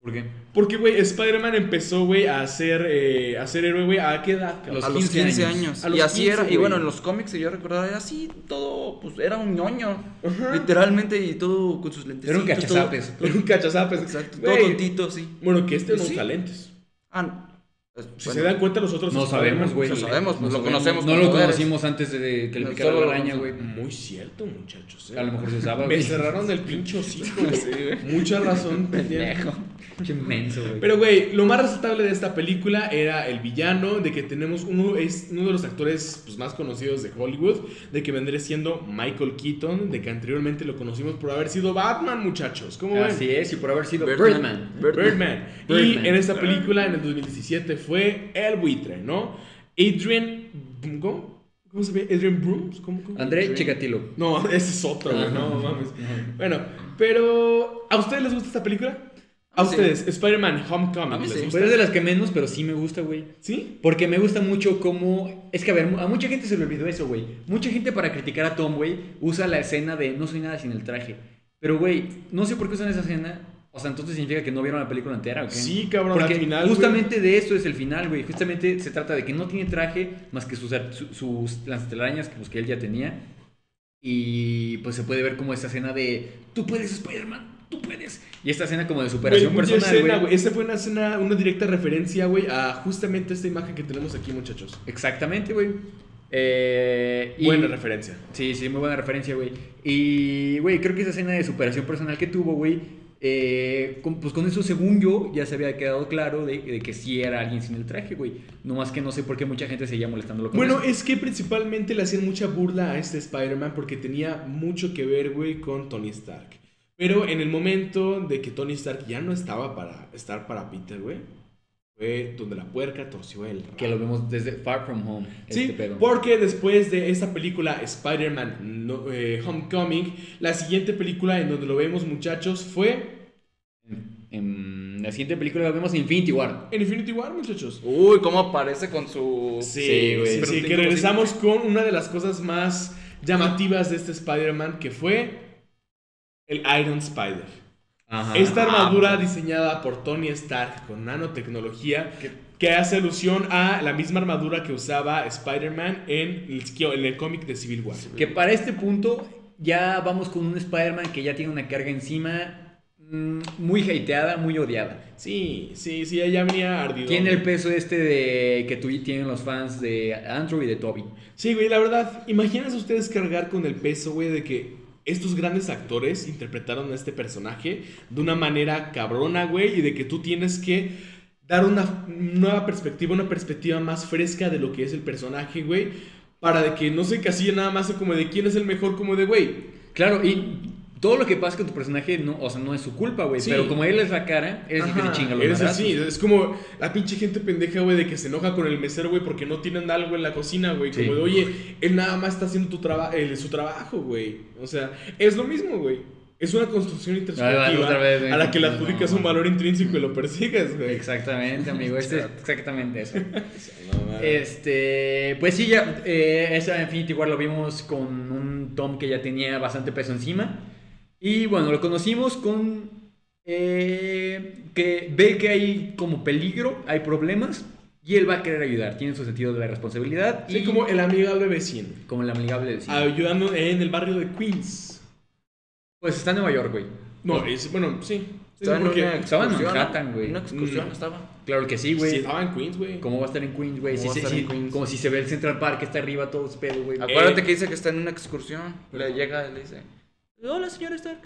¿Por qué?
Porque, güey, Spider-Man empezó, güey, a ser, eh, a ser héroe, güey, ¿a qué edad? cabrón?
Los
a los
15
15
años.
años.
A
y
los
así
15,
era,
güey.
y bueno, en los cómics que yo recordaba era así, todo, pues era un ñoño.
Ajá.
Literalmente, y todo con sus lentes.
Era un cachazapes.
Era un cachazapes.
Exacto,
Güey,
todo tontito, sí.
Bueno, que este no
Sí.
usa lentes.
Ah, no. Pues,
Si
bueno,
se dan cuenta, nosotros
No sabemos, güey.
No sabemos, pues,
No
lo conocemos
No
con
lo
poderes.
conocimos antes de que le
No,
picara
solo
la
lo
araña, güey.
conocemos.
Muy cierto, muchachos. eh.
A lo mejor se usaba.
Me
güey.
cerraron el pinche hocico, güey. Mucha razón.
Pendejo.
Pinche inmenso, güey.
Pero, güey, lo más resaltable de esta película era el villano, de que tenemos uno, es uno de los actores pues, más conocidos de Hollywood, de que vendría siendo Michael Keaton, de que anteriormente lo conocimos por haber sido Batman, muchachos. ¿Cómo ven?
Así es, y por haber sido
Birdman.
Birdman.
Birdman. Y
Birdman.
en esta película, en el 2017, fue El Buitre, ¿no? Adrian... ¿Cómo? ¿Cómo se ve? ¿Adrian Brooms? ¿Cómo? cómo?
André
Adrian-
Chikatilo.
No, ese es otro, güey. No,
Ajá.
mames. Bueno, pero... ¿A ustedes les gusta esta película? ¿A
Sí.
ustedes? Spider-Man
A
Homecoming.
mí
¿les
sí.
gusta?
Pues es de las que menos, pero sí me gusta, güey.
¿Sí?
Porque me gusta mucho cómo. Es que, a ver, a mucha gente se le olvidó eso, güey. Mucha gente para criticar a Tom, güey, usa la escena de no soy nada sin el traje. Pero, güey, no sé por qué usan esa escena. O sea, entonces significa que no vieron la película entera, ¿o qué?
Sí, cabrón,
Porque
al final.
justamente de eso es el final, güey. Justamente se trata de que no tiene traje más que sus, ar- su- sus las telarañas que, pues, que él ya tenía. Y pues se puede ver como esa escena de tú puedes, Spider-Man, tú puedes. Y esta escena como de
güey,
superación
mucha
personal,
escena,
güey.
güey. Esa fue una escena, una directa referencia, güey, a justamente esta imagen que tenemos aquí, muchachos.
Exactamente, güey. Eh, y-
Buena referencia.
Sí, sí, muy buena referencia, güey. Y, güey, creo que esa escena de superación personal que tuvo, güey, eh, con- pues con eso, según yo, ya se había quedado claro de, de que sí era alguien sin el traje, güey. No más que no sé por qué mucha gente seguía molestándolo con
Bueno,
eso.
es que principalmente le hacían mucha burla a este Spider-Man porque tenía mucho que ver, güey, con Tony Stark. Pero en el momento de que Tony Stark ya no estaba para estar para Peter, güey, fue donde la puerca torció el.
Que lo vemos desde Far From Home.
Sí,
este pedo.
porque después de esta película Spider-Man no- eh, Homecoming, la siguiente película en donde lo vemos, muchachos, fue
En la siguiente película la vemos en Infinity War.
En Infinity War, muchachos.
Uy, cómo aparece con su.
Sí, güey. Sí,
Pero tengo-
que regresamos con una de las cosas más llamativas de este Spider-Man, que fue el Iron Spider.
Ajá.
Esta armadura diseñada por Tony Stark con nanotecnología que hace alusión a la misma armadura que usaba Spider-Man en el, en el cómic de Civil War.
Que para este punto ya vamos con un Spider-Man que ya tiene una carga encima mm, muy hateada, muy odiada.
Sí, sí, sí, ya venía ardido.
Tiene el peso este de que tú tienen los fans de Andrew y de Toby.
Sí, güey, la verdad, imagínense ustedes cargar con el peso, güey, de que estos grandes actores interpretaron a este personaje de una manera cabrona, güey, y de que tú tienes que dar una nueva perspectiva, una perspectiva más fresca de lo que es el personaje, güey, para de que no se encasille nada más en como de quién es el mejor, como de, güey.
Claro, y todo lo que pasa con tu personaje, no, o sea, no es su culpa, güey.
Sí.
Pero como él es la cara, eres el que
ajá,
te chinga los
Eres
madrazos.
así, es como la pinche gente pendeja, güey, de que se enoja con el mesero, güey, porque no tienen algo en la cocina, güey.
Sí.
Como de, oye, él nada más está haciendo tu traba- el- su trabajo, güey. O sea, es lo mismo, güey. Es una construcción
Ahí va,
introspectiva
otra vez, güey.
a la que le adjudicas
No,
un valor intrínseco y lo persigues, güey.
Exactamente, amigo. Este es exactamente eso.
No, mames.
Este, pues sí, ya, eh, esa Infinity War lo vimos con un Tom que ya tenía bastante peso encima. Y bueno, lo conocimos con eh, que ve que hay como peligro, hay problemas, y él va a querer ayudar. Tiene su sentido de la responsabilidad.
Sí, Ah.
y
como el amigable vecino.
como el amigable del cine.
Ayudando en el barrio de Queens.
Pues está en Nueva York, güey.
No, es, bueno, sí. Sí,
Estaba en
porque-
una
estaba en
excursión, ¿no?
Manhattan, güey.
Una excursión
Mm.
estaba.
Claro que sí,
sí,
güey.
estaba en Queens, güey.
¿Cómo va a estar en Queens, Ah, güey?
¿Cómo
Si
va a
se-
estar en
si-
Queens?
como si se ve el Central Park, está arriba todo ese pedo, güey.
Acuérdate
Eh.
que dice que está en una excursión. Le llega y le dice: Hola, señor Stark.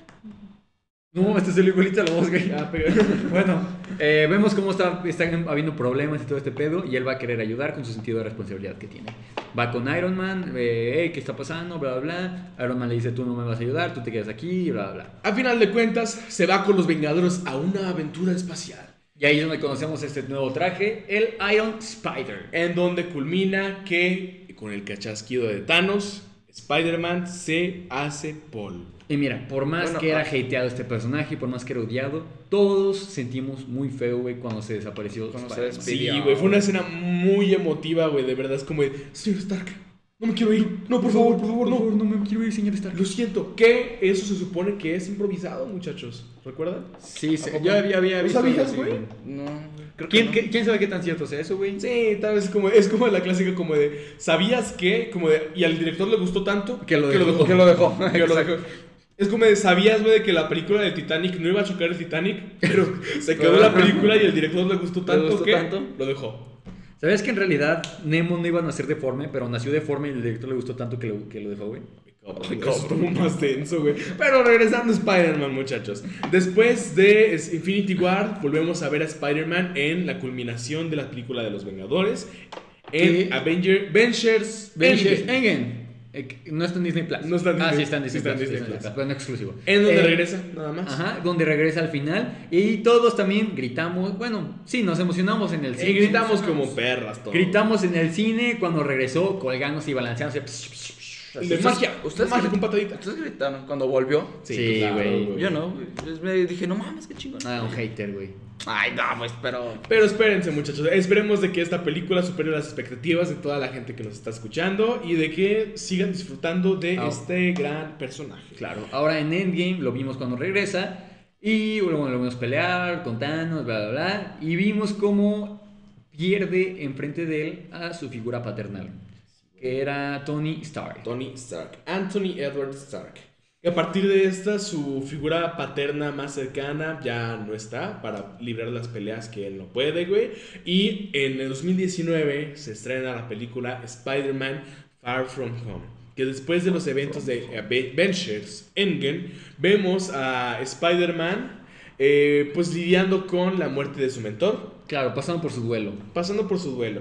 No, este es el igualito a la voz, güey.
Ya, pero-
Ah, Bueno, eh, vemos cómo está, están habiendo problemas y todo este pedo y él va a querer ayudar con su sentido de responsabilidad que tiene. Va con Iron Man, eh, "Hey, ¿qué está pasando? Bla, bla, bla. Iron Man le dice, tú no me vas a ayudar, tú te quedas aquí, bla, bla, bla.
A final de cuentas, se va con los Vengadores a una aventura espacial.
Y ahí es donde conocemos este nuevo traje, el Iron Spider.
En donde culmina que, con el cachasquido de Thanos, Spider-Man se hace Paul.
Y mira, por más
Bueno,
que era
ah.
hateado este personaje, por más que era odiado, todos sentimos muy feo, güey, cuando se desapareció.
Cuando se
Spider-Man.
despi-
Sí,
Pidió.
güey, fue una escena muy emotiva, güey, de verdad, es como de, señor Stark, no me quiero ir, no, por favor, por favor, no.
no me quiero ir, señor Stark.
Lo siento, que eso se supone que es improvisado, muchachos, ¿recuerdan?
Sí, sí,
¿A poco?
yo había, había
¿No
visto. algo
sabías,
así,
güey?
No, creo
¿Quién,
que no.
qué- ¿Quién sabe qué tan cierto sea eso, güey?
Sí, tal vez como, es como la clásica como de, ¿sabías qué? Como de, y al director le gustó tanto
Que lo dejó.
Que lo dejó. que lo
Exacto.
dejó. Es como de, ¿sabías, güey, de que la película de Titanic no iba a chocar el Titanic? Pero se quedó la película y el director le gustó tanto
gustó
que
tanto?
lo dejó.
¿Sabes que en realidad Nemo no iba a nacer deforme, pero nació deforme y el director le gustó tanto que lo, que lo dejó, güey?
Estuvo más denso, güey. Pero regresando a Spider-Man, muchachos. Después de es, Infinity War, volvemos a ver a Spider-Man en la culminación de la película de los Vengadores. En
¿Qué?
Avenger, Avengers, Endgame.
Vengeance Engen. Eh, No está en Disney Plus.
No está en
Ah,
Disney-
sí, está en Disney
sí está en
Plus. sí
Disney
está
Plus.
en Disney Plus, pero no exclusivo.
En donde
Eh,
regresa, nada más.
Ajá, donde regresa al final. Y todos también gritamos. Bueno, sí, nos emocionamos en el
Y
cine.
gritamos como perras todos.
Gritamos en el cine cuando regresó, colgándose y balanceándose. Psh, psh, psh, así.
De magia,
¿Ustedes
magia
creen-
con patadita.
¿Ustedes gritaron cuando volvió?
Sí, güey.
Yo no, güey. Yo me dije, no mames, qué chingón.
Ah, un hater, güey.
Ay, no, pues, pero.
Pero espérense, muchachos. Esperemos de que esta película supere las expectativas de toda la gente que nos está escuchando y de que sigan disfrutando de
Ah.
este gran personaje.
Claro. Ahora en Endgame lo vimos cuando regresa. Y luego lo vimos pelear con Thanos, bla, bla, bla. Y vimos cómo pierde enfrente de él a su figura paternal. Que era Tony Stark.
Tony Stark. Anthony Edward Stark. Y a partir de esta, su figura paterna más cercana ya no está para librar las peleas que él no puede, güey. Y en el 2019 se estrena la película Spider-Man Far From Home. Que después de los eventos de Ave- Avengers Endgame, vemos a Spider-Man eh, pues lidiando con la muerte de su mentor,
Claro, pasando por su duelo.
pasando por su duelo.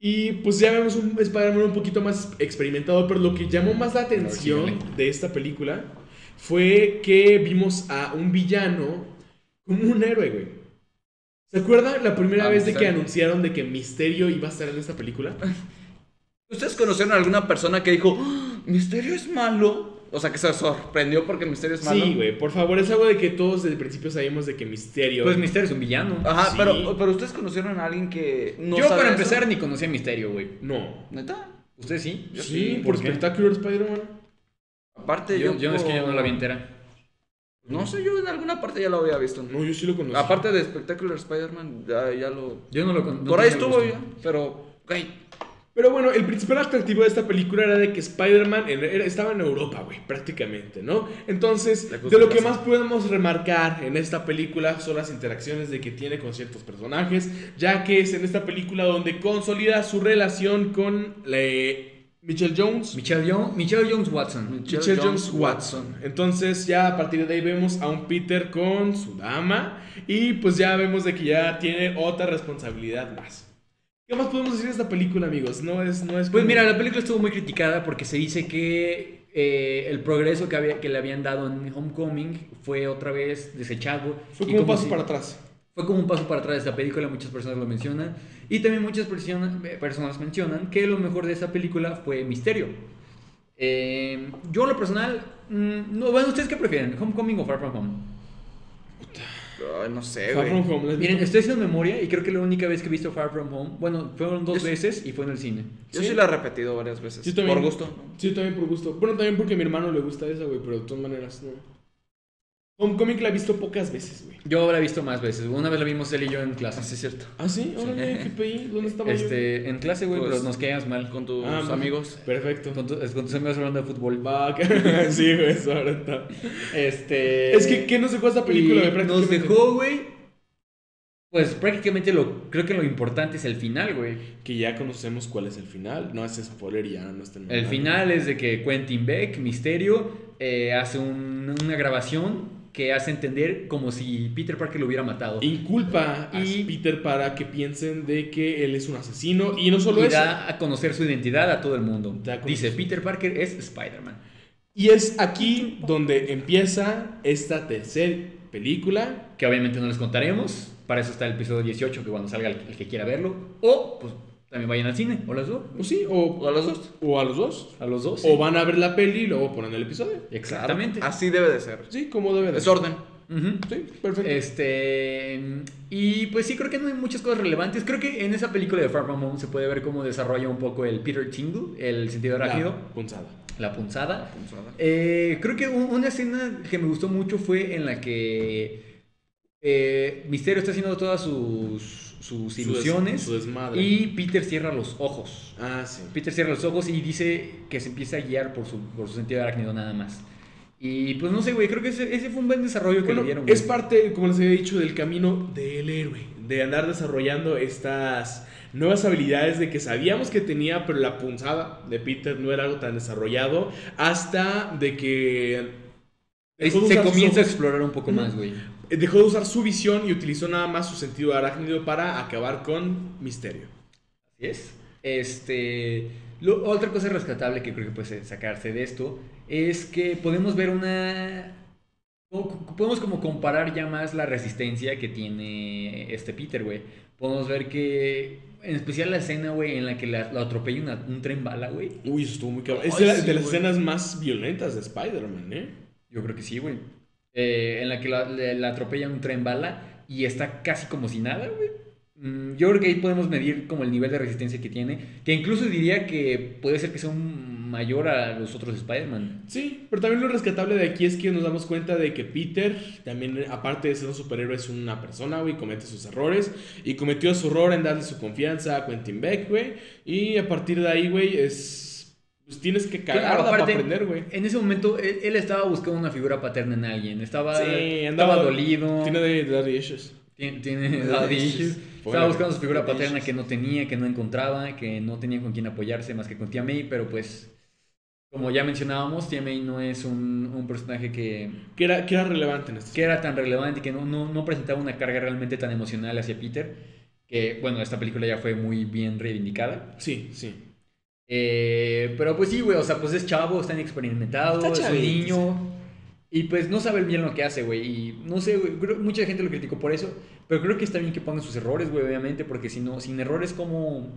Y pues ya vemos un Spider-Man un poquito más experimentado, pero lo que llamó más la atención
síguele.
de esta película fue que vimos a un villano como un héroe, güey. ¿Se acuerdan la primera
Ah,
vez de que
Misterio.
anunciaron de que Misterio iba a estar en esta película?
¿Ustedes conocieron a alguna persona que dijo, "Ah, Misterio es malo? O sea, que se sorprendió porque Misterio es malo.
Sí, güey, por favor, es algo de que todos desde el principio sabíamos de que Misterio...
Pues Misterio es un villano.
Ajá,
Sí.
pero, pero ustedes conocieron a alguien que. Ah, No
Yo
sabe
para
eso?
empezar ni conocía a Misterio, güey.
No.
¿Neta?
¿Usted sí?
Sí,
Yo
por,
¿por qué?
espectáculo Spider-Man.
Aparte,
Yo,
yo.
yo es que yo no la vi entera.
No sé, yo en alguna parte ya lo había visto.
No, yo sí lo conocí.
Aparte de Spectacular Spider-Man, ya, ya lo.
Yo no lo con- no
Por ahí
tenía
estuvo
gusto.
ya, pero. güey,
Pero bueno, el principal atractivo de esta película era de que Spider-Man en- era- estaba en Europa, güey, prácticamente, ¿no? Entonces,
La cosa
de lo
que
que
pasa.
más podemos remarcar en esta película son las interacciones de que tiene con ciertos personajes, ya que es en esta película donde consolida su relación con eh, Michelle Jones.
Michelle Jones, Michelle Jones Watson.
Michelle, Jones Watson. Entonces ya a partir de ahí vemos a un Peter con su dama y pues ya vemos de que ya tiene otra responsabilidad más. ¿Qué más podemos decir de esta película, amigos? No es, no es
Pues
como-
mira, la película estuvo muy criticada porque se dice que eh, el progreso que, había, que le habían dado en Homecoming fue otra vez desechado.
Fue
Y
como un paso
si-
para atrás.
Fue como un paso para atrás de esta película, muchas personas lo mencionan. Y también muchas persona- eh, personas mencionan que lo mejor de esa película fue Misterio. Eh, yo, en lo personal, mm, no, bueno, ¿ustedes qué prefieren? ¿Homecoming o Far From Home?
ay, no sé,
Far
güey.
From Home, ¿la has
Miren,
visto?
estoy haciendo memoria y creo que la única vez que he visto Far From Home, bueno, fueron dos
Yo-
veces y fue en el cine.
Yo
Sí.
sí la he repetido varias veces.
Yo también.
Por gusto.
Sí, también por gusto. Bueno, también porque a mi hermano le gusta esa, güey, pero de todas maneras no. Homecoming la he visto pocas veces, güey.
Yo la he visto más veces. Una vez la vimos él y yo en clase.
Así es cierto.
¿Ah, sí? Órale, ¿qué pedí? ¿Dónde estaba
Este, en clase, güey,
Pues-
pero nos quedamos mal.
Con
yo?
tus
Ah,
amigos.
Perfecto.
Con, tu- es- con tus amigos hablando de fútbol.
Va, que- sí, güey, eso ahora está.
Este.
Es que, ¿qué nos dejó esta película,
y
güey?
Nos
prácticamente?
dejó, güey. Pues prácticamente lo. Creo que lo importante es el final, güey.
Que ya conocemos cuál es el final. No hace spoiler y ya no está en
El final es de que Quentin Beck, Misterio, eh, hace un- una grabación que hace entender como si Peter Parker lo hubiera matado.
Inculpa a
Y-
Peter para que piensen de que él es un asesino y no solo
y
eso.
da a conocer su identidad a todo el mundo.
Da a conocer.
Dice, Peter Parker es Spider-Man.
Y es aquí donde empieza esta tercera película
que obviamente no les contaremos. Para eso está el episodio 18, que cuando salga el, el que quiera verlo. O, pues, también vayan al cine, o las dos.
O Pues sí, o,
O a los dos.
o a los dos.
A los dos.
O van a ver la peli y luego ponen el episodio.
Exactamente.
Así debe de ser.
Sí, como debe de
Es
ser.
orden.
Ujú.
Sí, perfecto.
Eh, Este. Y pues sí, creo que no hay muchas cosas relevantes. Creo que en esa película de Far From Home se puede ver cómo desarrolla un poco el Peter Tingle, el sentido
La
arácnido,
punzada.
la punzada. Eh, creo que un- una escena que me gustó mucho fue en la que eh, Misterio está haciendo todas sus, sus
Su des-
ilusiones
Su desmadre.
y Peter cierra los ojos.
Ah, sí.
Peter cierra los ojos y dice que se empieza a guiar por su, por su sentido arácnido nada más. Y pues no sé, güey, creo que ese, ese fue un buen desarrollo que
Bueno,
le dieron.
es
güey.
parte, como les había dicho, del camino del héroe, de andar desarrollando estas nuevas habilidades de que sabíamos que tenía, pero la punzada de Peter no era algo tan desarrollado, hasta de que
Es-
dejó de
se
usar sus
comienza a
ojos,
explorar un poco más, güey.
dejó de usar su visión y utilizó nada más su sentido arácnido para acabar con Misterio.
Así es. Este, lo- otra cosa rescatable que creo que puede sacarse de esto es que podemos ver una... o- Podemos como comparar ya más la resistencia que tiene este Peter, güey. Podemos ver que, en especial la escena, güey, en la que la, la atropella una- un tren bala, güey.
Uy, eso estuvo muy cabrón.
Ay,
es de, la-
sí,
de las
güey.
escenas más violentas de Spider-Man, ¿eh?
Yo creo que sí, güey. Eh, en la que la, le- la atropella un tren bala y está casi como si nada, güey. Mm, Yo creo que ahí podemos medir como el nivel de resistencia que tiene, que incluso diría que puede ser que sea un mayor a los otros Spider-Man.
Sí, pero también lo rescatable de aquí es que nos damos cuenta de que Peter también, aparte de ser un superhéroe, es una persona, güey, comete sus errores. Y cometió su error en darle su confianza a Quentin Beck, güey. Y a partir de ahí, güey, es... Pues tienes que cagarla
Claro, aparte-
para aprender, güey.
En ese momento él, él estaba buscando una figura paterna en alguien, estaba,
Sí, andaba-
estaba dolido,
Tiene de daddy issues.
tiene, tiene daddy issues.
Pobre
estaba buscando su figura
daddy
paterna
issues.
que no tenía, que no encontraba, que no tenía con quién apoyarse más que con Tia May, pero pues, como ya mencionábamos, Tia May no es un, un personaje que,
Que era, que era relevante en este esto.
que era tan relevante y que no, no, no presentaba una carga realmente tan emocional hacia Peter, que bueno, esta película ya fue muy bien reivindicada.
Sí, sí.
Eh, pero pues sí, güey, o sea, pues es chavo, está inexperimentado,
Está
es un
chavito,
niño. Y pues no sabe bien lo que hace, güey. Y no sé, güey, creo- mucha gente lo criticó por eso. Pero creo que está bien que pongan sus errores, güey, obviamente. Porque si no, sin errores, ¿cómo,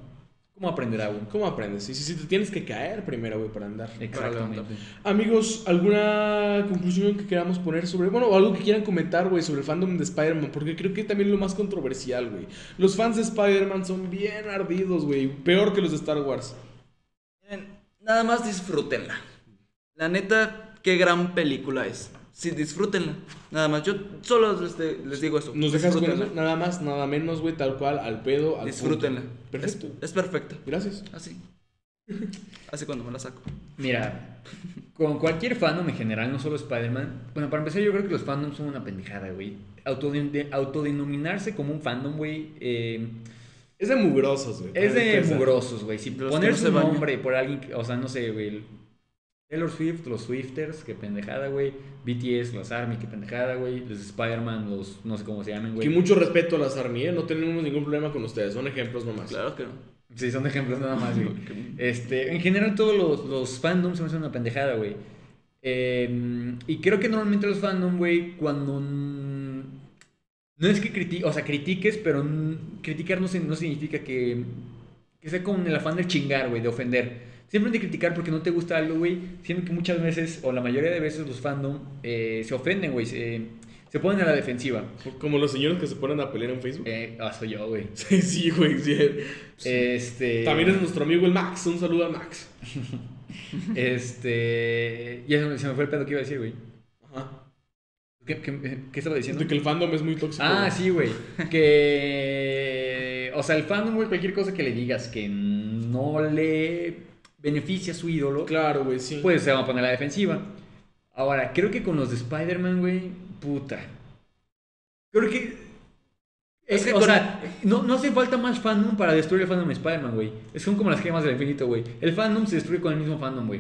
cómo aprenderá, güey?
¿Cómo aprendes? Sí, sí, sí, te tienes que caer primero, güey, para andar.
Exactamente.
Amigos, ¿alguna conclusión que queramos poner sobre, bueno, o algo que quieran comentar, güey, sobre el fandom de Spider-Man? Porque creo que también es lo más controversial, güey. Los fans de Spider-Man son bien ardidos, güey, peor que los de Star Wars.
Miren, Nada más disfrútenla. La neta, qué gran película es. Sí, disfrútenla. Nada más. Yo solo este, les, digo eso.
Nos dejas con
disfrútenla.
eso, nada más, nada menos, güey, tal cual, al pedo, al punto.
Disfrútenla.
Perfecto.
Es, es perfecta.
Gracias.
Así. Así cuando me la saco.
Mira, con cualquier fandom en general, no solo Spider-Man. Bueno, para empezar, yo creo que los fandoms son una pendejada, güey. Autoden- de- autodenominarse como un fandom, güey. eh,
Es de mugrosos, güey.
es de
Empezar.
mugrosos, güey. Si
De los que
poner
no se
su
bañan.
nombre por alguien, que- o sea, no sé, güey. el- Taylor Swift, los Swifters, qué pendejada, güey. BTS, las Army, qué pendejada, güey. Los Spider-Man, los no sé cómo se llaman,
Que
güey.
mucho respeto a las Army, ¿eh? No tenemos ningún problema con ustedes, son ejemplos nomás.
Claro que no.
Sí, son ejemplos nada más, güey. Este, en general todos los, los fandoms se me hacen una pendejada, güey. Eh, y creo que normalmente los fandom, güey, cuando... mm, No es que critiques, o sea, critiques, pero mm, criticar no, sin- no significa que, que sea con el afán de chingar, güey, de ofender. Siempre de criticar porque no te gusta algo, güey, siendo que muchas veces, o la mayoría de veces, los fandom eh, se ofenden, güey, se, se ponen a la defensiva.
Como los señores que se ponen a pelear en Facebook.
Eh, ah, soy yo, güey.
Sí, sí, güey. sí.
Este...
También es nuestro amigo el Max, un saludo a Max.
Este. Ya se me, se me fue el pedo que iba a decir, güey.
Ajá.
¿Qué, qué- qué estaba diciendo?
De que el fandom es muy tóxico.
Ah,
güey.
sí, güey. Que. O sea, el fandom, güey, cualquier cosa que le digas que no le beneficia a su ídolo,
Claro, güey, sí.
pues se va a poner a la defensiva. Ahora, creo que con los de Spider-Man, güey, puta. Creo que.
Es que
o
con-
sea, no, no hace falta más fandom para destruir el fandom de Spider-Man, güey. Es son como las gemas del infinito, güey. El fandom se destruye con el mismo fandom, güey.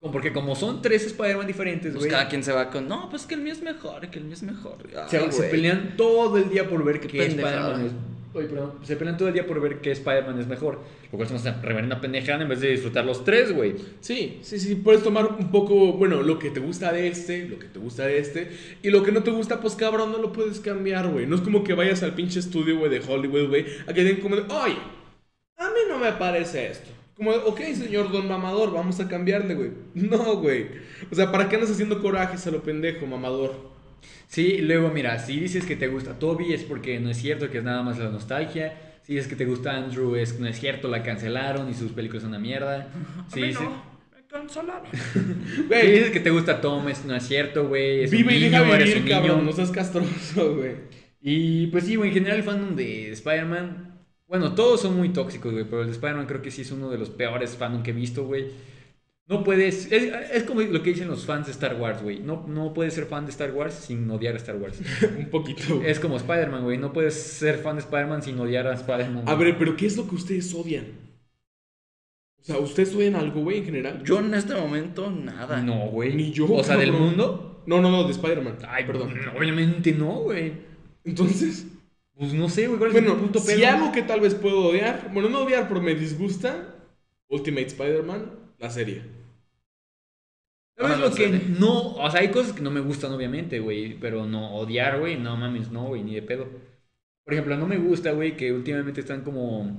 Como- Porque como son tres Spider-Man diferentes,
Pues
güey.
cada quien se va con. No, pues que el mío es mejor, que el mío es mejor. Ay,
se, se
güey.
pelean todo el día por ver que
pendejada.
Spider-Man es. Oye, perdón, se pelean todo el día por ver que Spider-Man es mejor. Lo cual es una reverenda pendejada en vez de disfrutar los tres, güey.
Sí, sí, sí, puedes tomar un poco, bueno, lo que te gusta de este, lo que te gusta de este, y lo que no te gusta, pues cabrón, no lo puedes cambiar, güey. No es como que vayas al pinche estudio, güey, de Hollywood, güey, a que den como de, oye, a mí no me parece esto. Como, ok, señor don mamador, vamos a cambiarle, güey. No, güey. O sea, ¿para qué andas haciendo corajes a lo pendejo, mamador?
Sí, luego mira, si dices que te gusta Toby es porque no es cierto que es nada más la nostalgia. Si dices que te gusta Andrew es no es cierto, la cancelaron y sus películas son una mierda. Si dices,
me cancelaron.
si
Güey,
dices que te gusta Tom es no es cierto, güey. Es
vive
un
y deja
niño, eres
vivir,
un
cabrón.
niño.
No seas castroso, güey.
Y pues sí, güey, en general el fandom de Spider-Man. Bueno, todos son muy tóxicos, güey, pero el de Spider-Man creo que sí es uno de los peores fandom que he visto, güey. No puedes. Es, es como lo que dicen los fans de Star Wars, güey. No, no puedes ser fan de Star Wars sin odiar a Star Wars.
Un poquito. güey.
Es como Spider-Man, güey. No puedes ser fan de Spider-Man sin odiar a Spider-Man.
A
güey.
ver, pero ¿qué es lo que ustedes odian? O sea, ¿ustedes odian algo, güey, en general?
Yo en este momento, nada.
No, güey.
Ni yo,
O sea, del
cabrón.
mundo.
No, no, no, de Spider-Man.
Ay,
perdón.
perdón. Obviamente no, güey.
Entonces,
Pues no sé, güey. ¿Cuál es
bueno,
el punto
si
pedo?
algo que tal vez puedo odiar, bueno, no odiar, pero me disgusta, Ultimate Spider-Man, la serie.
¿Sabes
Ah,
lo
no
que
sé.
no? O sea, hay cosas que no me gustan, obviamente, güey. Pero no odiar, güey. No mames, no, güey. Ni de pedo. Por ejemplo, no me gusta, güey, que últimamente están como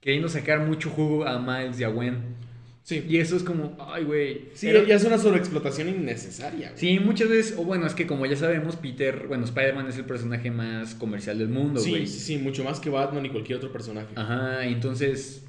queriendo sacar mucho jugo a Miles y a Gwen.
Sí.
Y eso es como, ay, güey.
Sí,
Pero-
ya es una sobreexplotación innecesaria. güey.
Sí, muchas veces, o bueno, es que como ya sabemos, Peter, bueno, Spider-Man es el personaje más comercial del mundo,
sí,
güey. Ah,
sí, sí, mucho más que Batman y cualquier otro personaje.
Ajá, y entonces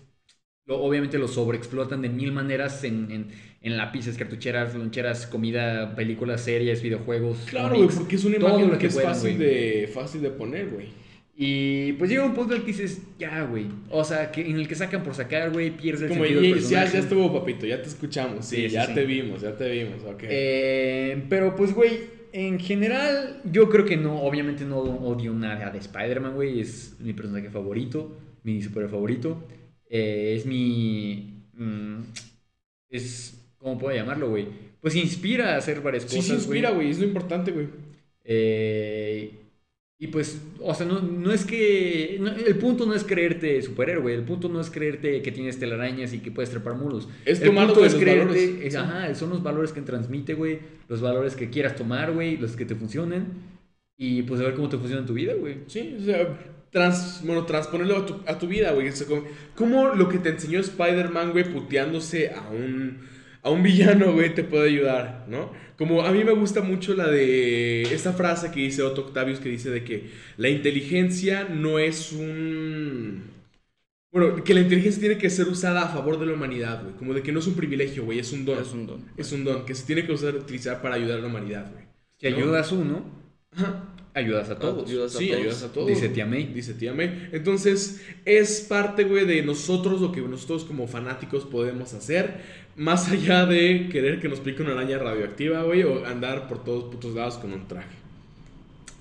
lo- obviamente lo sobreexplotan de mil maneras en, en, en lápices, cartucheras, loncheras, comida, películas, series, videojuegos.
Claro, güey,
cómics.
porque es una
todo
imagen
lo
que,
que
es
puedan,
fácil
güey.
de, fácil de poner, güey.
Y pues llega un punto en el que dices, ya, güey. O sea, que en el que sacan por sacar, güey, pierde el
Como,
sentido del
"Ye- ya,
personaje.
ya estuvo, papito, ya te escuchamos. Sí,
Sí, sí,
ya
sí.
te vimos, ya te vimos, ok.
Eh, pero pues, güey, en general, yo creo que no, obviamente no odio nada de Spider-Man, güey. Es mi personaje favorito, mi super favorito. Eh, es mi. mm, es. ¿Cómo puedo llamarlo, güey? Pues inspira a hacer varias
sí,
cosas.
sí, inspira, güey, es lo importante, güey.
Eh, y pues, o sea, no, no es que. no- el punto no es creerte superhéroe, el punto no es creerte que tienes telarañas y que puedes trepar muros.
Es
el
tomarlo
punto
de
es
los
creerte.
valores.
es-
Sí.
ajá, son los valores que transmite, güey. Los valores que quieras tomar, güey. Los que te funcionen. Y pues a ver cómo te funciona en tu vida, güey.
Sí, o sea, trans, bueno, transponerlo a tu, a tu vida, güey. O sea, como, ¿Cómo lo que te enseñó Spider-Man, güey, puteándose a un, a un villano, güey, te puede ayudar, ¿no? Como a mí me gusta mucho la de esta frase que dice Otto Octavius, que dice de que la inteligencia no es un... Bueno, que la inteligencia tiene que ser usada a favor de la humanidad, güey. Como de que no es un privilegio, güey, es un don.
Es un don.
Es un don que se tiene que usar, utilizar para ayudar a la humanidad, güey.
Si
No. pues,
ayudas uno, ayudas a todos.
Ayudas a
sí,
todos.
ayudas a todos.
Dice tía May.
Dice tía May. Entonces, es parte, güey, de nosotros, lo que nosotros como fanáticos podemos hacer. Más allá de querer que nos pique una araña radioactiva, güey, o andar por todos putos lados con un traje.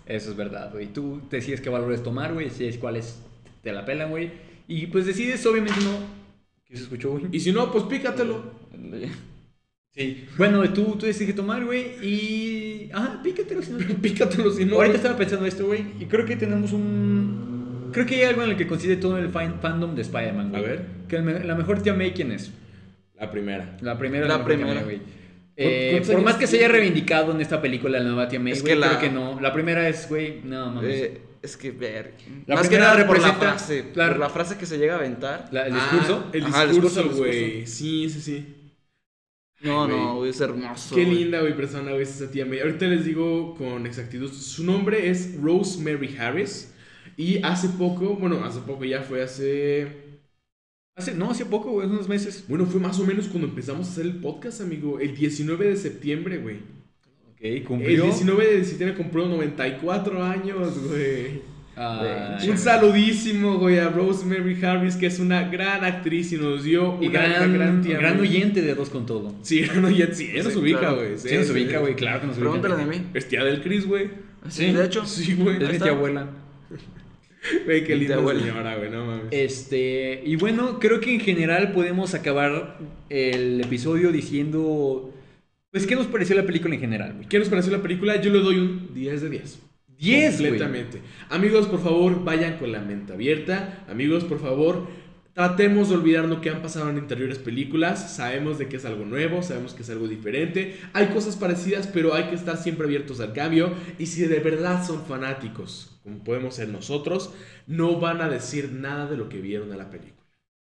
Eso es verdad, güey. Tú decides qué valores tomar, güey. Decides cuáles te la pelan, güey. Y pues decides, obviamente, no. ¿Qué se escuchó, güey?
Y si no, pues pícatelo.
Sí. Bueno, tú, tú decides qué tomar, güey. Y. Ajá, pícatelo si no.
pícatelo si no.
Ahorita
güey.
estaba pensando esto, güey, y creo que tenemos un... Creo que hay algo en el que coincide todo el fan- fandom de Spider-Man, güey.
A ver.
Que el me- la mejor tía May, ¿quién es?
La primera.
La primera.
La
mejor tía
primera.
May, güey. Eh,
¿Cuántos
por
años
más que se
tiene?
haya reivindicado en esta película la nueva tía May,
Es
güey,
que la-
creo que no. La primera es, güey, no mames.
Eh, es que ver.
La
Más que
primera
nada por la
representa-
frase.
la-
Por la frase que se llega a aventar.
La- el
Ah,
discurso.
el
Ajá, el discurso,
discurso,
el
güey. Sí, sí, sí.
No,
güey.
no, güey, es hermoso.
Qué
güey.
linda, güey, persona, güey, es esa tía May. Ahorita les digo con exactitud. Su nombre es Rosemary Harris. Y hace poco, bueno, hace poco ya fue hace.
Hace, no, hace poco, güey, hace unos meses.
Bueno, fue más o menos cuando empezamos a hacer el podcast, amigo. El 19 de septiembre, güey.
Ok,
El 19 de septiembre compró 94 años, güey.
Ah,
Un saludísimo, güey, a Rosemary Harris, que es una gran actriz y nos dio
Y
una
gran, gran,
tía, güey.
huyente de dos con todo.
Sí, gran huyente. Sí, ella nos
Sí,
ubica,
claro.
güey.
Sí, nos ubica, güey, claro que nos ubica.
Pregúntale de mí.
Es tía del Chris, güey.
Sí, de hecho.
Sí, güey.
Es mi
está.
tía abuela.
Güey, qué
Mi
linda
abuela.
señora, güey, no mames.
Este, y bueno, creo que en general podemos acabar el episodio diciendo, pues, ¿qué nos pareció la película en general, güey?
¿Qué nos pareció la película? Yo le doy un 10 de 10.
10, güey.
Completamente. Amigos, por favor, vayan con la mente abierta. Amigos, por favor, tratemos de olvidar lo que han pasado en anteriores películas. Sabemos de que es algo nuevo, sabemos que es algo diferente. Hay cosas parecidas, pero hay que estar siempre abiertos al cambio. Y si de verdad son fanáticos, como podemos ser nosotros, no van a decir nada de lo que vieron en la película.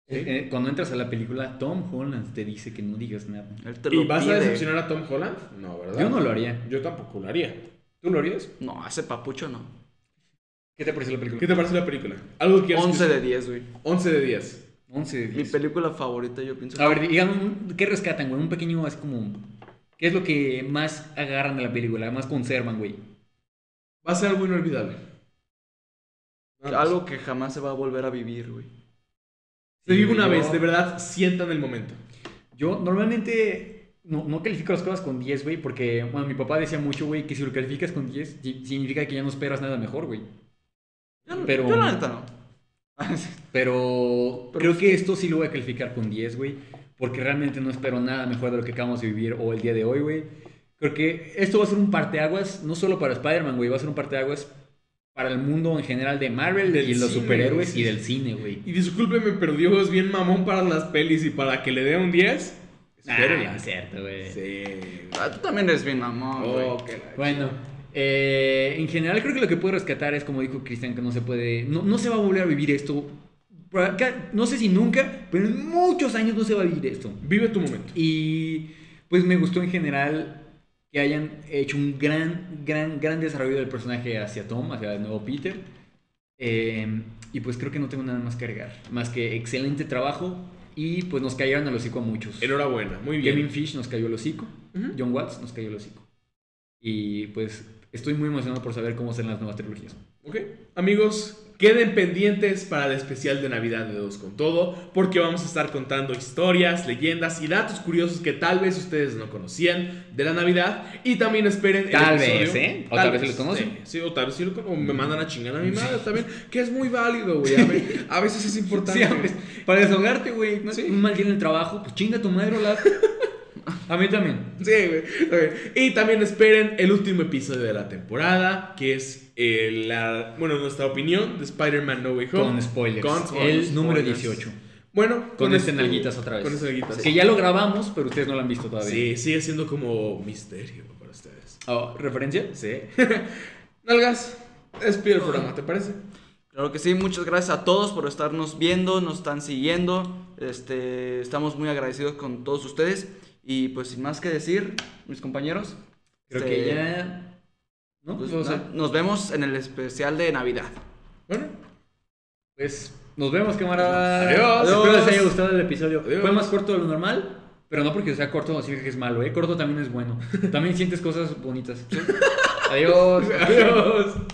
Eh, Cuando entras a la película, Tom Holland te dice que no digas nada.
Él te lo
¿Y vas a
pide.
decepcionar a Tom Holland? No, ¿verdad?
Yo no lo haría.
Yo tampoco lo haría. ¿Tú lo harías?
No, ese papucho no.
¿Qué te pareció la película?
¿Qué te parece la película? Algo que
11 de 10, güey.
11 de 10.
11 de
Mi
10.
película favorita, yo pienso.
A ver, digamos, ¿qué rescatan, güey? Un pequeño, así como... ¿Qué es lo que más agarran de la película? Más conservan, güey.
Va a ser algo inolvidable. Vamos.
Algo que jamás se va a volver a vivir, güey.
Se vive
Sí,
una
yo-
vez, de verdad, sientan el momento.
Yo normalmente no, no califico las cosas con 10, güey, porque, bueno, mi papá decía mucho, güey, que si lo calificas con 10, si- significa que ya no esperas nada mejor, güey.
Yo, no-
Pero-
yo la neta no.
Pero,
Pero-
creo que esto sí lo voy a calificar con 10, güey, porque realmente no espero nada mejor de lo que acabamos de vivir o el día de hoy, güey. Creo que esto va a ser un parteaguas, no solo para Spider-Man, güey, va a ser un parteaguas para el mundo en general de Marvel
Del
y los
cine,
superhéroes
güey, sí,
y del cine, güey.
Y discúlpeme, pero Diego es bien mamón para las pelis y para que le dé un 10.
Ah,
espérenla.
no es cierto, güey.
Sí.
Ah, tú también eres bien mamón, güey.
Oh, que la-
Bueno, eh, en general creo que lo que puedo rescatar es, como dijo Cristian, que no se puede, no, no se va a volver a vivir esto. Pra- ca- No sé si nunca, pero en muchos años no se va a vivir esto.
Vive tu momento.
Y pues me gustó en general que hayan hecho un gran, gran, gran desarrollo del personaje hacia Tom, hacia el nuevo Peter. Eh, y pues creo que no tengo nada más que agregar, más que excelente trabajo y pues nos cayeron al hocico a muchos.
Enhorabuena, muy bien.
Kevin Fish nos cayó el hocico.
Ujú.
John Watts nos cayó el hocico. Y pues estoy muy emocionado por saber cómo serán las nuevas trilogías.
Ok, amigos, queden pendientes para el especial de Navidad de Dos con Todo, porque vamos a estar contando historias, leyendas y datos curiosos que tal vez ustedes no conocían de la Navidad. Y también esperen. el
Tal
episodio-
vez, ¿eh? O tal vez lo conocen. Mm.
Sí, sí, o tal vez sí lo conocen. O me mandan a chingar a mi madre también, que es muy válido, güey. A, ve- a veces es importante.
para deshogarte, güey. ¿no?
Sí.
Un mal día en el trabajo, pues chinga tu madre, la... A mí también.
Sí, güey. Ok. Y también esperen el último episodio de la temporada, que es eh, la, bueno, nuestra opinión de Spider-Man No Way Home.
Con spoilers.
Con-
el
spoilers.
número 18.
Bueno,
Con, este
esto-
nalguitas otra vez.
Con este nalguitas.
Que ya lo grabamos, pero ustedes no lo han visto todavía.
Sí, sigue siendo como misterio para ustedes.
Oh, ¿Referencia?
Sí. Nalgas, despido el programa, ¿te parece?
Claro que sí, muchas gracias a todos por estarnos viendo, nos están siguiendo. Este, estamos muy agradecidos con todos ustedes. Y pues sin más que decir, mis compañeros,
Creo
este,
que ya... ¿No?
pues,
O sea,
na- nos vemos en el especial de Navidad.
Bueno,
Pues nos vemos, camarada.
Adiós.
Espero les haya
Adiós.
gustado el episodio.
Adiós.
Fue más corto de lo normal, pero no porque sea corto no significa que es malo, ¿eh? Corto también es bueno. También sientes cosas bonitas. Adiós.
adiós.